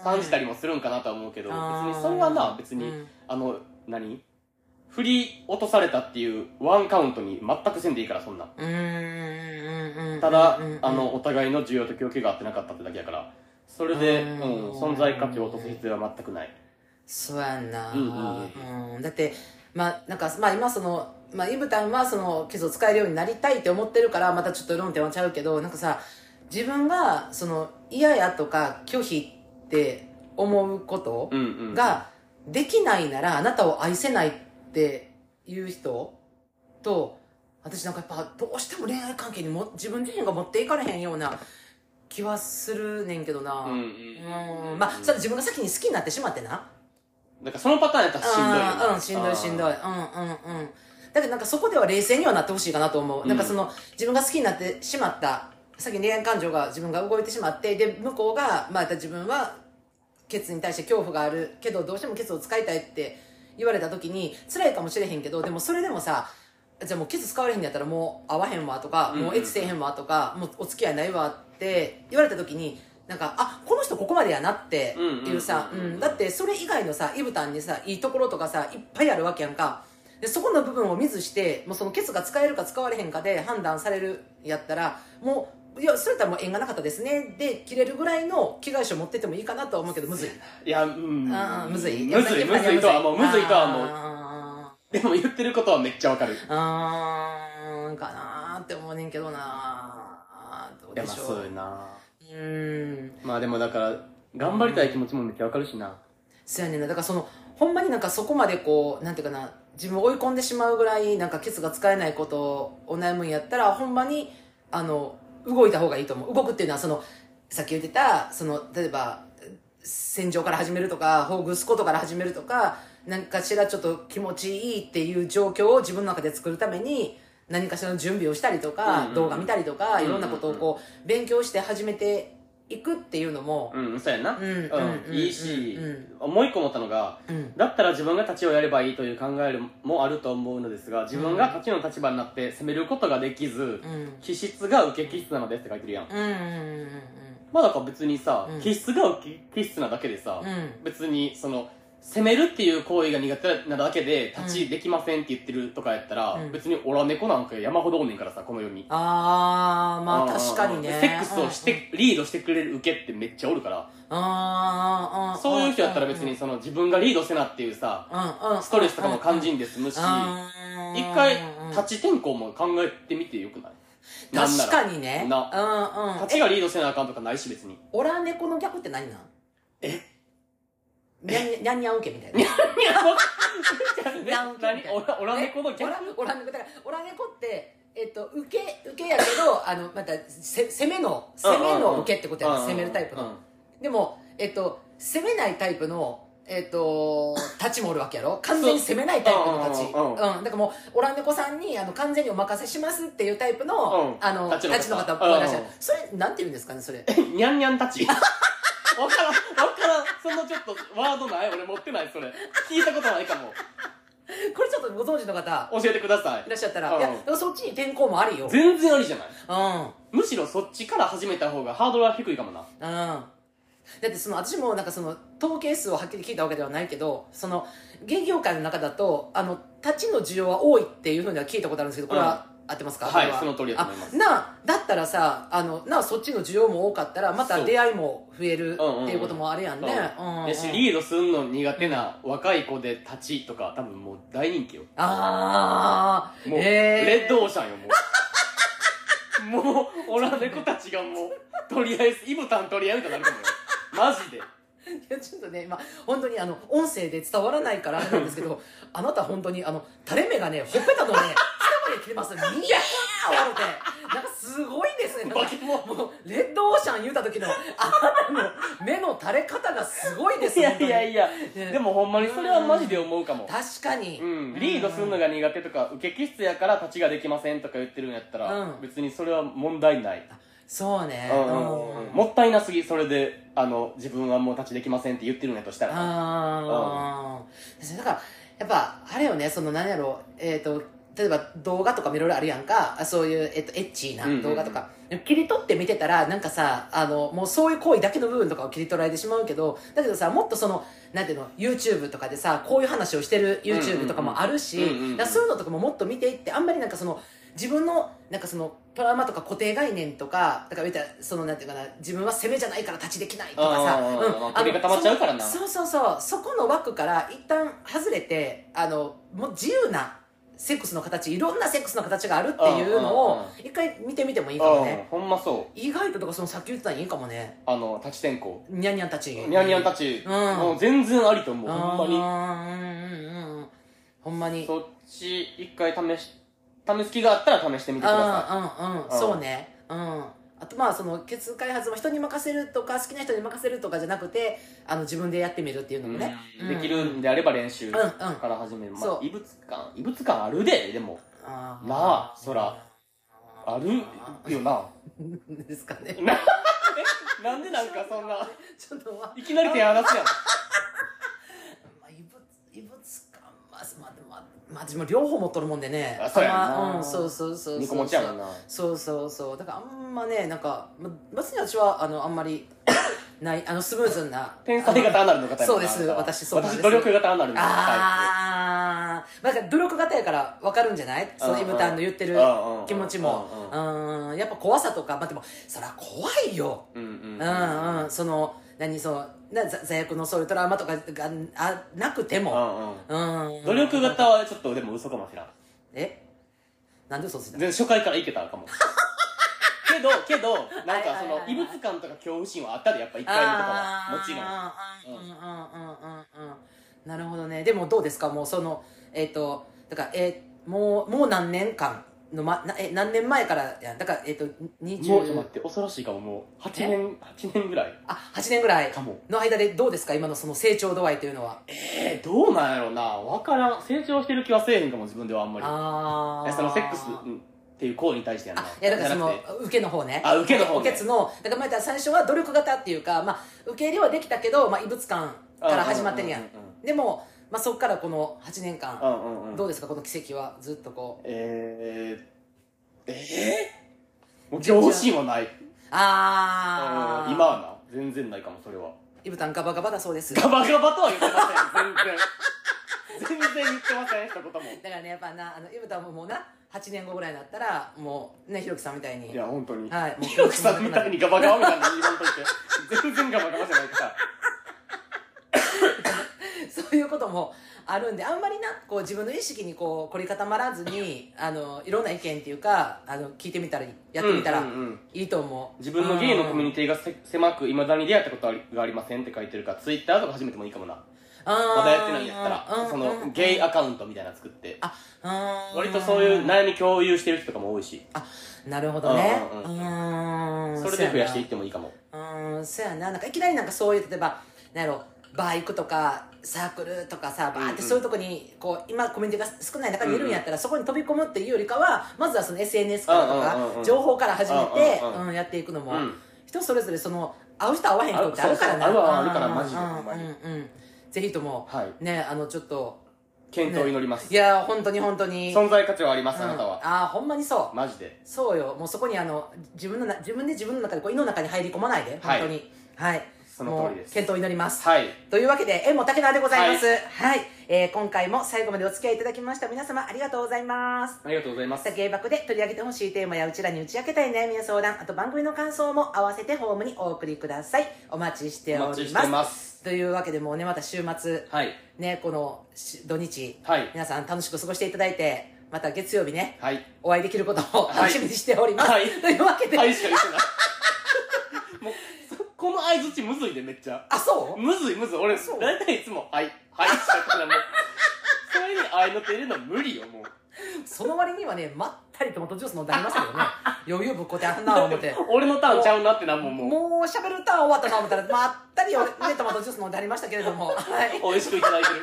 [SPEAKER 1] 感じたりもするんかなとは思うけど、
[SPEAKER 3] あー
[SPEAKER 1] 別にそれはな別に、
[SPEAKER 3] うん
[SPEAKER 1] あの何振り落とされたっていうワンカウントに全くせんでいいからそんな
[SPEAKER 3] うんうんうんうん
[SPEAKER 1] ただ、
[SPEAKER 3] うんうん
[SPEAKER 1] あのお互いの需要と供給が合ってなかったってだけやからそれで、
[SPEAKER 3] う
[SPEAKER 1] うんん存在価値を落とす必要は全くない
[SPEAKER 3] そうやんな、
[SPEAKER 1] うん
[SPEAKER 3] うんだってまあなんか、まあ、今その、まあ、イブタンはそのキスを使えるようになりたいって思ってるからまたちょっと論点はちゃうけどなんかさ自分がその嫌やとか拒否って思うこと
[SPEAKER 1] うんうん
[SPEAKER 3] ができないならあなたを愛せないっていう人と私なんかやっぱどうしても恋愛関係にも自分自身が持っていかれへんような気はするねんけどな、
[SPEAKER 1] うんうん
[SPEAKER 3] うんまあそれ自分が先に好きになってしまってな
[SPEAKER 1] だからそのパターンやったらしんどいよな
[SPEAKER 3] うん、しんどいしんどい。うん
[SPEAKER 1] あ
[SPEAKER 3] うんうん。だけどなんかそこでは冷静にはなってほしいかなと思う。
[SPEAKER 1] うん
[SPEAKER 3] なんかその自分が好きになってしまった、さっき恋愛感情が自分が動いてしまって、で、向こうが、また自分は、ケツに対して恐怖があるけど、どうしてもケツを使いたいって言われた時に、辛いかもしれへんけど、でもそれでもさ、じゃあもうケツ使われへんのやったらもう会わへんわとか、
[SPEAKER 1] うんうん
[SPEAKER 3] もうエッチせえへんわとか、もうお付き合いないわって言われた時に、なんか、あ、この人ここまでやなっていうさ、
[SPEAKER 1] うんうんうんうん
[SPEAKER 3] うんだってそれ以外のさイブタンにさいいところとかさいっぱいあるわけやんかでそこの部分を見ずしてもうそのケツが使えるか使われへんかで判断されるやったらもういやそれとはもう縁がなかったですねで切れるぐらいの被害者を持ってってもいいかなとは思うけどむずい、
[SPEAKER 1] ーいやうん
[SPEAKER 3] あーむずい
[SPEAKER 1] むずいむずいとはもうむずいとはもう
[SPEAKER 3] あ
[SPEAKER 1] でも言ってることはめっちゃわかる
[SPEAKER 3] ーあーかなーって思うねんけどなーどう
[SPEAKER 1] いや
[SPEAKER 3] で
[SPEAKER 1] まあ
[SPEAKER 3] しょ
[SPEAKER 1] そう
[SPEAKER 3] う
[SPEAKER 1] やな
[SPEAKER 3] うーん
[SPEAKER 1] まあでもだから頑張りたい気持ちもめっちゃわかるしな
[SPEAKER 3] そうやねんなだからそのほんまになんかそこまでこうなんていうかな自分を追い込んでしまうぐらいなんかケツが使えないことを悩むんやったらほんまにあの動いた方がいいと思う動くっていうのはそのさっき言ってたその例えば戦場から始めるとかほぐすことから始めるとか何かしらちょっと気持ちいいっていう状況を自分の中で作るために何かしらの準備をしたりとか、
[SPEAKER 1] うんうん
[SPEAKER 3] 動画見たりと
[SPEAKER 1] う
[SPEAKER 3] か、
[SPEAKER 1] んうんうん
[SPEAKER 3] いろんなことをこう勉強して始めていくっていうのも、
[SPEAKER 1] うんそうやな
[SPEAKER 3] うんうんうん
[SPEAKER 1] いいし
[SPEAKER 3] う
[SPEAKER 1] もう一個思ったのが
[SPEAKER 3] うん、
[SPEAKER 1] だったら自分が立ちをやればいいという考えもあると思うのですが自分が立ちの立場になって攻めることができず
[SPEAKER 3] うん
[SPEAKER 1] 気質が受け気質なのですって書いてるやん
[SPEAKER 3] うんうん
[SPEAKER 1] まあだから別にさ、
[SPEAKER 3] うん
[SPEAKER 1] 気質が受け気質なだけでさ、
[SPEAKER 3] うんうん
[SPEAKER 1] 別にその攻めるっていう行為が苦手なだけで立ちできませんって言ってるとかやったら、
[SPEAKER 3] うん
[SPEAKER 1] 別に俺は猫なんか山ほどおんねんからさこの世に
[SPEAKER 3] あーまあ確かにね
[SPEAKER 1] うんセックスをして、リードしてくれる受けってめっちゃおるから、
[SPEAKER 3] あーあーあー
[SPEAKER 1] そういう人やったら別にその自分がリードせなっていうさ、
[SPEAKER 3] うんうん
[SPEAKER 1] ストレスとかも感じんで済むし、
[SPEAKER 3] うん
[SPEAKER 1] 一回
[SPEAKER 3] うん
[SPEAKER 1] 立ち転校も考えてみてよくないなんな
[SPEAKER 3] 確
[SPEAKER 1] ら
[SPEAKER 3] かにねうんうん
[SPEAKER 1] 立ちがリードせなあかんとかないし
[SPEAKER 3] [LAUGHS]
[SPEAKER 1] 別に
[SPEAKER 3] オラ猫の逆って何なんえにゃんにゃんにゃん受けみたいな
[SPEAKER 1] めっちゃめっちゃ
[SPEAKER 3] 関係みたいな
[SPEAKER 1] 何オラオラ猫の逆
[SPEAKER 3] えオラオラ猫だからオラ猫ってえっと受け受けやけどあのまたせ攻めの攻めの受けってことやね
[SPEAKER 1] うんうんうん
[SPEAKER 3] 攻めるタイプ
[SPEAKER 1] うんう
[SPEAKER 3] の
[SPEAKER 1] ん
[SPEAKER 3] でもえっと攻めないタイプのえっとたちもおるわけやろ完全に攻めないタイプのたち
[SPEAKER 1] そううんうんうん
[SPEAKER 3] うんだからもうオラ猫さんにあの完全にお任せしますっていうタイプ
[SPEAKER 1] う
[SPEAKER 3] の
[SPEAKER 1] ん
[SPEAKER 3] あの
[SPEAKER 1] 太刀の
[SPEAKER 3] た
[SPEAKER 1] 方
[SPEAKER 3] ちの方もいらっしゃる
[SPEAKER 1] うんうん
[SPEAKER 3] それなんて言うんですか
[SPEAKER 1] [LAUGHS]
[SPEAKER 3] ねそれ
[SPEAKER 1] にゃんにゃんたち。 [LAUGHS] わからん、わからん。そのちょっとワードない俺持ってない、それ。聞いたことないかも。
[SPEAKER 3] これちょっとご存知の方
[SPEAKER 1] 教えてくださ
[SPEAKER 3] い
[SPEAKER 1] い。
[SPEAKER 3] らっしゃった
[SPEAKER 1] う
[SPEAKER 3] ら
[SPEAKER 1] ん
[SPEAKER 3] いやでもそっちに転校もあるよ
[SPEAKER 1] 全然ありじゃない。
[SPEAKER 3] うん
[SPEAKER 1] むしろそっちから始めた方がハードルは低いかもな。
[SPEAKER 3] うんだってその私もなんかその統計数をはっきり聞いたわけではないけどその芸業界の中だとあの立ちの需要は多いっていうふうには聞いたことあるんですけどこれは合ってますか、
[SPEAKER 1] はい
[SPEAKER 3] これ
[SPEAKER 1] その通りだと思います
[SPEAKER 3] あなあだったらさあのなあそっちの需要も多かったらま
[SPEAKER 1] そ
[SPEAKER 3] た
[SPEAKER 1] う
[SPEAKER 3] 出会いも増え
[SPEAKER 1] う
[SPEAKER 3] る
[SPEAKER 1] んうんうん
[SPEAKER 3] っていうこともあるやんね
[SPEAKER 1] う
[SPEAKER 3] うんうん
[SPEAKER 1] やし、リードすんの苦手な若い子でたちとか、多分もう大人気よ。
[SPEAKER 3] ああ
[SPEAKER 1] もう、レッドオーシャンよ、もう。 [LAUGHS] もう、オラ猫たちがもう、とりあえず、イブタン取り合うとなるかもよ。マジで。
[SPEAKER 3] いやちょっとね今本当にあの音声で伝わらないからあれなんですけど [LAUGHS] あなた本当にあの垂れ目がねほっぺたのね下まで切れますいやー笑ってなんかすごいですねなん
[SPEAKER 1] 化
[SPEAKER 3] か
[SPEAKER 1] け物。
[SPEAKER 3] もうレッドオーシャン言うた時のあなたの目の垂れ方がすごいです
[SPEAKER 1] いやいや
[SPEAKER 3] や
[SPEAKER 1] いや、
[SPEAKER 3] ね
[SPEAKER 1] でもほんまにそれはマジで思うかも。
[SPEAKER 3] 確かに、
[SPEAKER 1] うん、リードするのが苦手とか、受け気質やから立ちができませんとか言ってるんやったら、
[SPEAKER 3] うん
[SPEAKER 1] 別にそれは問題ない。
[SPEAKER 3] そうね
[SPEAKER 1] うんうんうんもったいなすぎ、それで、あの、自分はもう立ちできませんって言ってるんやとしたら。
[SPEAKER 3] ああだからやっぱあれよねその何やろうえっ、と例えば動画とかもいろいろあるやんかあそういう、えっとエッチーな
[SPEAKER 1] うんうんうん
[SPEAKER 3] 動画とか、切り取って見てたらなんかさあのもうそういう行為だけの部分とかを切り取られてしまうけどだけどさもっとそのなんていうの YouTube とかでさこういう話をしてる YouTube とかもあるし、
[SPEAKER 1] うんうんうんうんうんうん
[SPEAKER 3] だからそういうのとかももっと見ていってあんまりなんかその自分のなんかそのトラウマとか固定概念とかだから言ったらそのなんていうかな自分は攻めじゃないから立ちできないとかさ
[SPEAKER 1] うんうんうんうん
[SPEAKER 3] あの
[SPEAKER 1] 凝り固まっちゃうからな
[SPEAKER 3] そそうそうそうそこの枠から一旦外れてあのもう自由なセックスの形いろんなセックスの形があるってい
[SPEAKER 1] うんう
[SPEAKER 3] うの
[SPEAKER 1] ん
[SPEAKER 3] を一回見てみてもいいかも
[SPEAKER 1] うん
[SPEAKER 3] ね
[SPEAKER 1] ほんまそう。
[SPEAKER 3] 意外ととかそのさっき言ってたのいいかもね
[SPEAKER 1] あの、立ち転校。
[SPEAKER 3] ニャンニャンたち
[SPEAKER 1] にゃんにゃんたち、
[SPEAKER 3] うん
[SPEAKER 1] もう全然ありと思う、ほんま
[SPEAKER 3] にうんうんうんほんまに
[SPEAKER 1] に。そっち、一回試し、試す気があったら試してみてください。
[SPEAKER 3] うんうんうん
[SPEAKER 1] うん
[SPEAKER 3] そうねうんあとまあそのケツ開発も人に任せるとか好きな人に任せるとかじゃなくてあの自分でやってみるっていうのもね、
[SPEAKER 1] うんできるんであれば練習
[SPEAKER 3] うんうん
[SPEAKER 1] から始める、まあ
[SPEAKER 3] そう
[SPEAKER 1] 異物感異物感あるででも
[SPEAKER 3] あー
[SPEAKER 1] なあそらあるよ
[SPEAKER 3] [LAUGHS]
[SPEAKER 1] な
[SPEAKER 3] ですかね [LAUGHS]
[SPEAKER 1] なんでなんかそんな
[SPEAKER 3] ちょっとまあ、
[SPEAKER 1] いきなり手離すやん
[SPEAKER 3] まあ、異物異物感まあまあでもまあまあ自分両方持っとるもんでね
[SPEAKER 1] あそうやんな
[SPEAKER 3] まあうんそうそうそうそう
[SPEAKER 1] 二個持ちやもんな
[SPEAKER 3] そうそうそうだからあんまねなんかま別に私はあのあんまりないあのスムーズな
[SPEAKER 1] 天才型アナルの方やもんな
[SPEAKER 3] そうです
[SPEAKER 1] あなた
[SPEAKER 3] 私そうなんです
[SPEAKER 1] 私努力型アナルのタイ
[SPEAKER 3] ああなんか努力型やから分かるんじゃないそのイブタンの言ってる
[SPEAKER 1] うんうん
[SPEAKER 3] 気持ちも
[SPEAKER 1] う
[SPEAKER 3] うんやっぱ怖さとかまあでもそら怖いよ
[SPEAKER 1] プうんうん
[SPEAKER 3] うんうんその何そのなざ罪悪のそういうトラウマとかがあなくて
[SPEAKER 1] う
[SPEAKER 3] も
[SPEAKER 1] んうん
[SPEAKER 3] うん
[SPEAKER 1] 努力型はちょっとでも嘘かもしらん
[SPEAKER 3] えなんで嘘ついた
[SPEAKER 1] 全
[SPEAKER 3] の
[SPEAKER 1] 然初回からいけたか
[SPEAKER 3] [LAUGHS]
[SPEAKER 1] もけどけどなんかそ
[SPEAKER 3] はいはいはい
[SPEAKER 1] の
[SPEAKER 3] はい
[SPEAKER 1] 異物感とか恐怖心はあったでやっぱ一回目とかはもちろん
[SPEAKER 3] ろんうんうんうんうんうんなるほどねでもどうですかもうそのえっ、とだからえーもうもう何年間の、ま、なえ何年前からやんだからえっ、と20
[SPEAKER 1] もうちょっと待って恐ろしいかももう8年八年ぐらい
[SPEAKER 3] あ8年ぐらい
[SPEAKER 1] かも
[SPEAKER 3] の間でどうですか今のその成長度合いというのは
[SPEAKER 1] えー、どうなんやろうな分からん成長してる気はせえへんかも自分ではあんまり
[SPEAKER 3] ああ
[SPEAKER 1] えそのセックスうんっていう行為に対してやんな
[SPEAKER 3] あいやだからその
[SPEAKER 1] じゃなくて
[SPEAKER 3] 受けの方ね
[SPEAKER 1] あ受けの方ね
[SPEAKER 3] おけつのだからまた最初は努力型っていうか、まあ、受け入れはできたけど、まあ、異物感から始まってるやん
[SPEAKER 1] うんうん
[SPEAKER 3] でも、まあ、そこからこの8年
[SPEAKER 1] う
[SPEAKER 3] 間
[SPEAKER 1] んうんうん
[SPEAKER 3] どうですかこの奇跡はずっとこう
[SPEAKER 1] えー、えー、もう上心はない
[SPEAKER 3] あ
[SPEAKER 1] う
[SPEAKER 3] あ
[SPEAKER 1] ん今はな全然ないかもそれは
[SPEAKER 3] イブタンガバガバだそうですだ
[SPEAKER 1] ガ
[SPEAKER 3] か
[SPEAKER 1] バガバとは言ってません全然全然言ってません一言も
[SPEAKER 3] らねやっぱなあのイブタンももうな8年後ぐらいになったらもうねひろきさんみたいに
[SPEAKER 1] [LAUGHS] いや本当に
[SPEAKER 3] はいもう
[SPEAKER 1] ひろきさんみたいにガバガバみたいな言い物と [LAUGHS] して全然ガバガバじゃないから
[SPEAKER 3] [LAUGHS] そういうこともあるんであんまりなこう自分の意識にこう凝り固まらずにあのいろんな意見っていうかあの聞いてみたりやってみたら、
[SPEAKER 1] うんうんうん
[SPEAKER 3] いいと思う
[SPEAKER 1] 自分の芸のコミュ
[SPEAKER 3] ニ
[SPEAKER 1] ニティがせ狭くいまだに出会ったことがありませんって書いてるからツイッターとか始めてもいいかもな
[SPEAKER 3] ああー
[SPEAKER 1] まだやってないんやったら
[SPEAKER 3] うん
[SPEAKER 1] そ
[SPEAKER 3] うんう
[SPEAKER 1] の
[SPEAKER 3] ん
[SPEAKER 1] ゲイアカウントみたいなの作って
[SPEAKER 3] ああー
[SPEAKER 1] 割とそういう悩み共有してる人とかも多いし
[SPEAKER 3] あなるほどね
[SPEAKER 1] う
[SPEAKER 3] うんん
[SPEAKER 1] うん
[SPEAKER 3] ん
[SPEAKER 1] それで増やしていってもいいかも
[SPEAKER 3] うーんそうやななんかいきなりなんかそういう例えばなんやろバイクとかサークルとかさバーっ
[SPEAKER 1] うんう
[SPEAKER 3] て
[SPEAKER 1] ん
[SPEAKER 3] そういうとこにこう今コミュニティが少ない中にいるんやったら、そこに飛び込むっていうよりかはまずはその SNS からとか、
[SPEAKER 1] うんうんうんうん
[SPEAKER 3] 情報から始めて、
[SPEAKER 1] う
[SPEAKER 3] うんん
[SPEAKER 1] うんうん
[SPEAKER 3] やっていくのも、
[SPEAKER 1] うん
[SPEAKER 3] 人それぞれその合う人合わへん人ってあるからな
[SPEAKER 1] あるそうそう合う合うあるから
[SPEAKER 3] うん
[SPEAKER 1] マジで
[SPEAKER 3] うん
[SPEAKER 1] ほんまに
[SPEAKER 3] うんうんぜひとも、
[SPEAKER 1] はい
[SPEAKER 3] ねあのちょっと
[SPEAKER 1] 検討を祈ります
[SPEAKER 3] いや本当に本当に
[SPEAKER 1] 存在価値はありま
[SPEAKER 3] う
[SPEAKER 1] す
[SPEAKER 3] ん
[SPEAKER 1] あなたは
[SPEAKER 3] あーほんまにそう
[SPEAKER 1] マジで
[SPEAKER 3] そうよもうそこにあの自分のな自分で自分の中でこう胃の中に入り込まないで
[SPEAKER 1] はい
[SPEAKER 3] 本当にはい
[SPEAKER 1] その通りです
[SPEAKER 3] もう検討になります、
[SPEAKER 1] はい
[SPEAKER 3] というわけで縁も竹縄でございますはい、えー今回も最後までお付き合いいただきました皆様ありがとうございます
[SPEAKER 1] ありがとうございます
[SPEAKER 3] さ芸爆で取り上げてほしいテーマやうちらに打ち明けたい悩みや相談あと番組の感想も合わせてホームにお送りくださいお待ちして
[SPEAKER 1] お
[SPEAKER 3] おりま
[SPEAKER 1] 待
[SPEAKER 3] す
[SPEAKER 1] ちしてます
[SPEAKER 3] というわけでもうねまた週末
[SPEAKER 1] はい
[SPEAKER 3] ねこのし土日、
[SPEAKER 1] はい
[SPEAKER 3] 皆さん楽しく過ごしていただいてまた月曜日ね
[SPEAKER 1] はい
[SPEAKER 3] お会いできることを楽しみにしております。
[SPEAKER 1] はい
[SPEAKER 3] というわけで、
[SPEAKER 1] はいしか言
[SPEAKER 3] [LAUGHS]
[SPEAKER 1] ってないもうそこの相づちむずいでめっちゃ
[SPEAKER 3] あ、そう
[SPEAKER 1] むずいむずい俺
[SPEAKER 3] そう
[SPEAKER 1] 大体いつも「はい」「はい」しか言ってないもうそれに愛の手入れるの無理よもう
[SPEAKER 3] その割にはね、まったりトマトジュース飲んでありました
[SPEAKER 1] [LAUGHS]
[SPEAKER 3] けどね、余裕ぶっこってあんな思って。
[SPEAKER 1] 俺のターンちゃうなってなもうもう
[SPEAKER 3] もう喋るターン終わったな思ったら、まったりよね、トマトジュース飲んでありましたけれ
[SPEAKER 1] [LAUGHS]
[SPEAKER 3] ども。はい。
[SPEAKER 1] 美味しくいただいてる。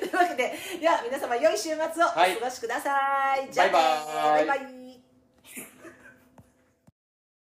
[SPEAKER 3] というわけで、では皆様良い週末をお過ごしください。じゃあね
[SPEAKER 1] バイバーイ
[SPEAKER 3] バイバイ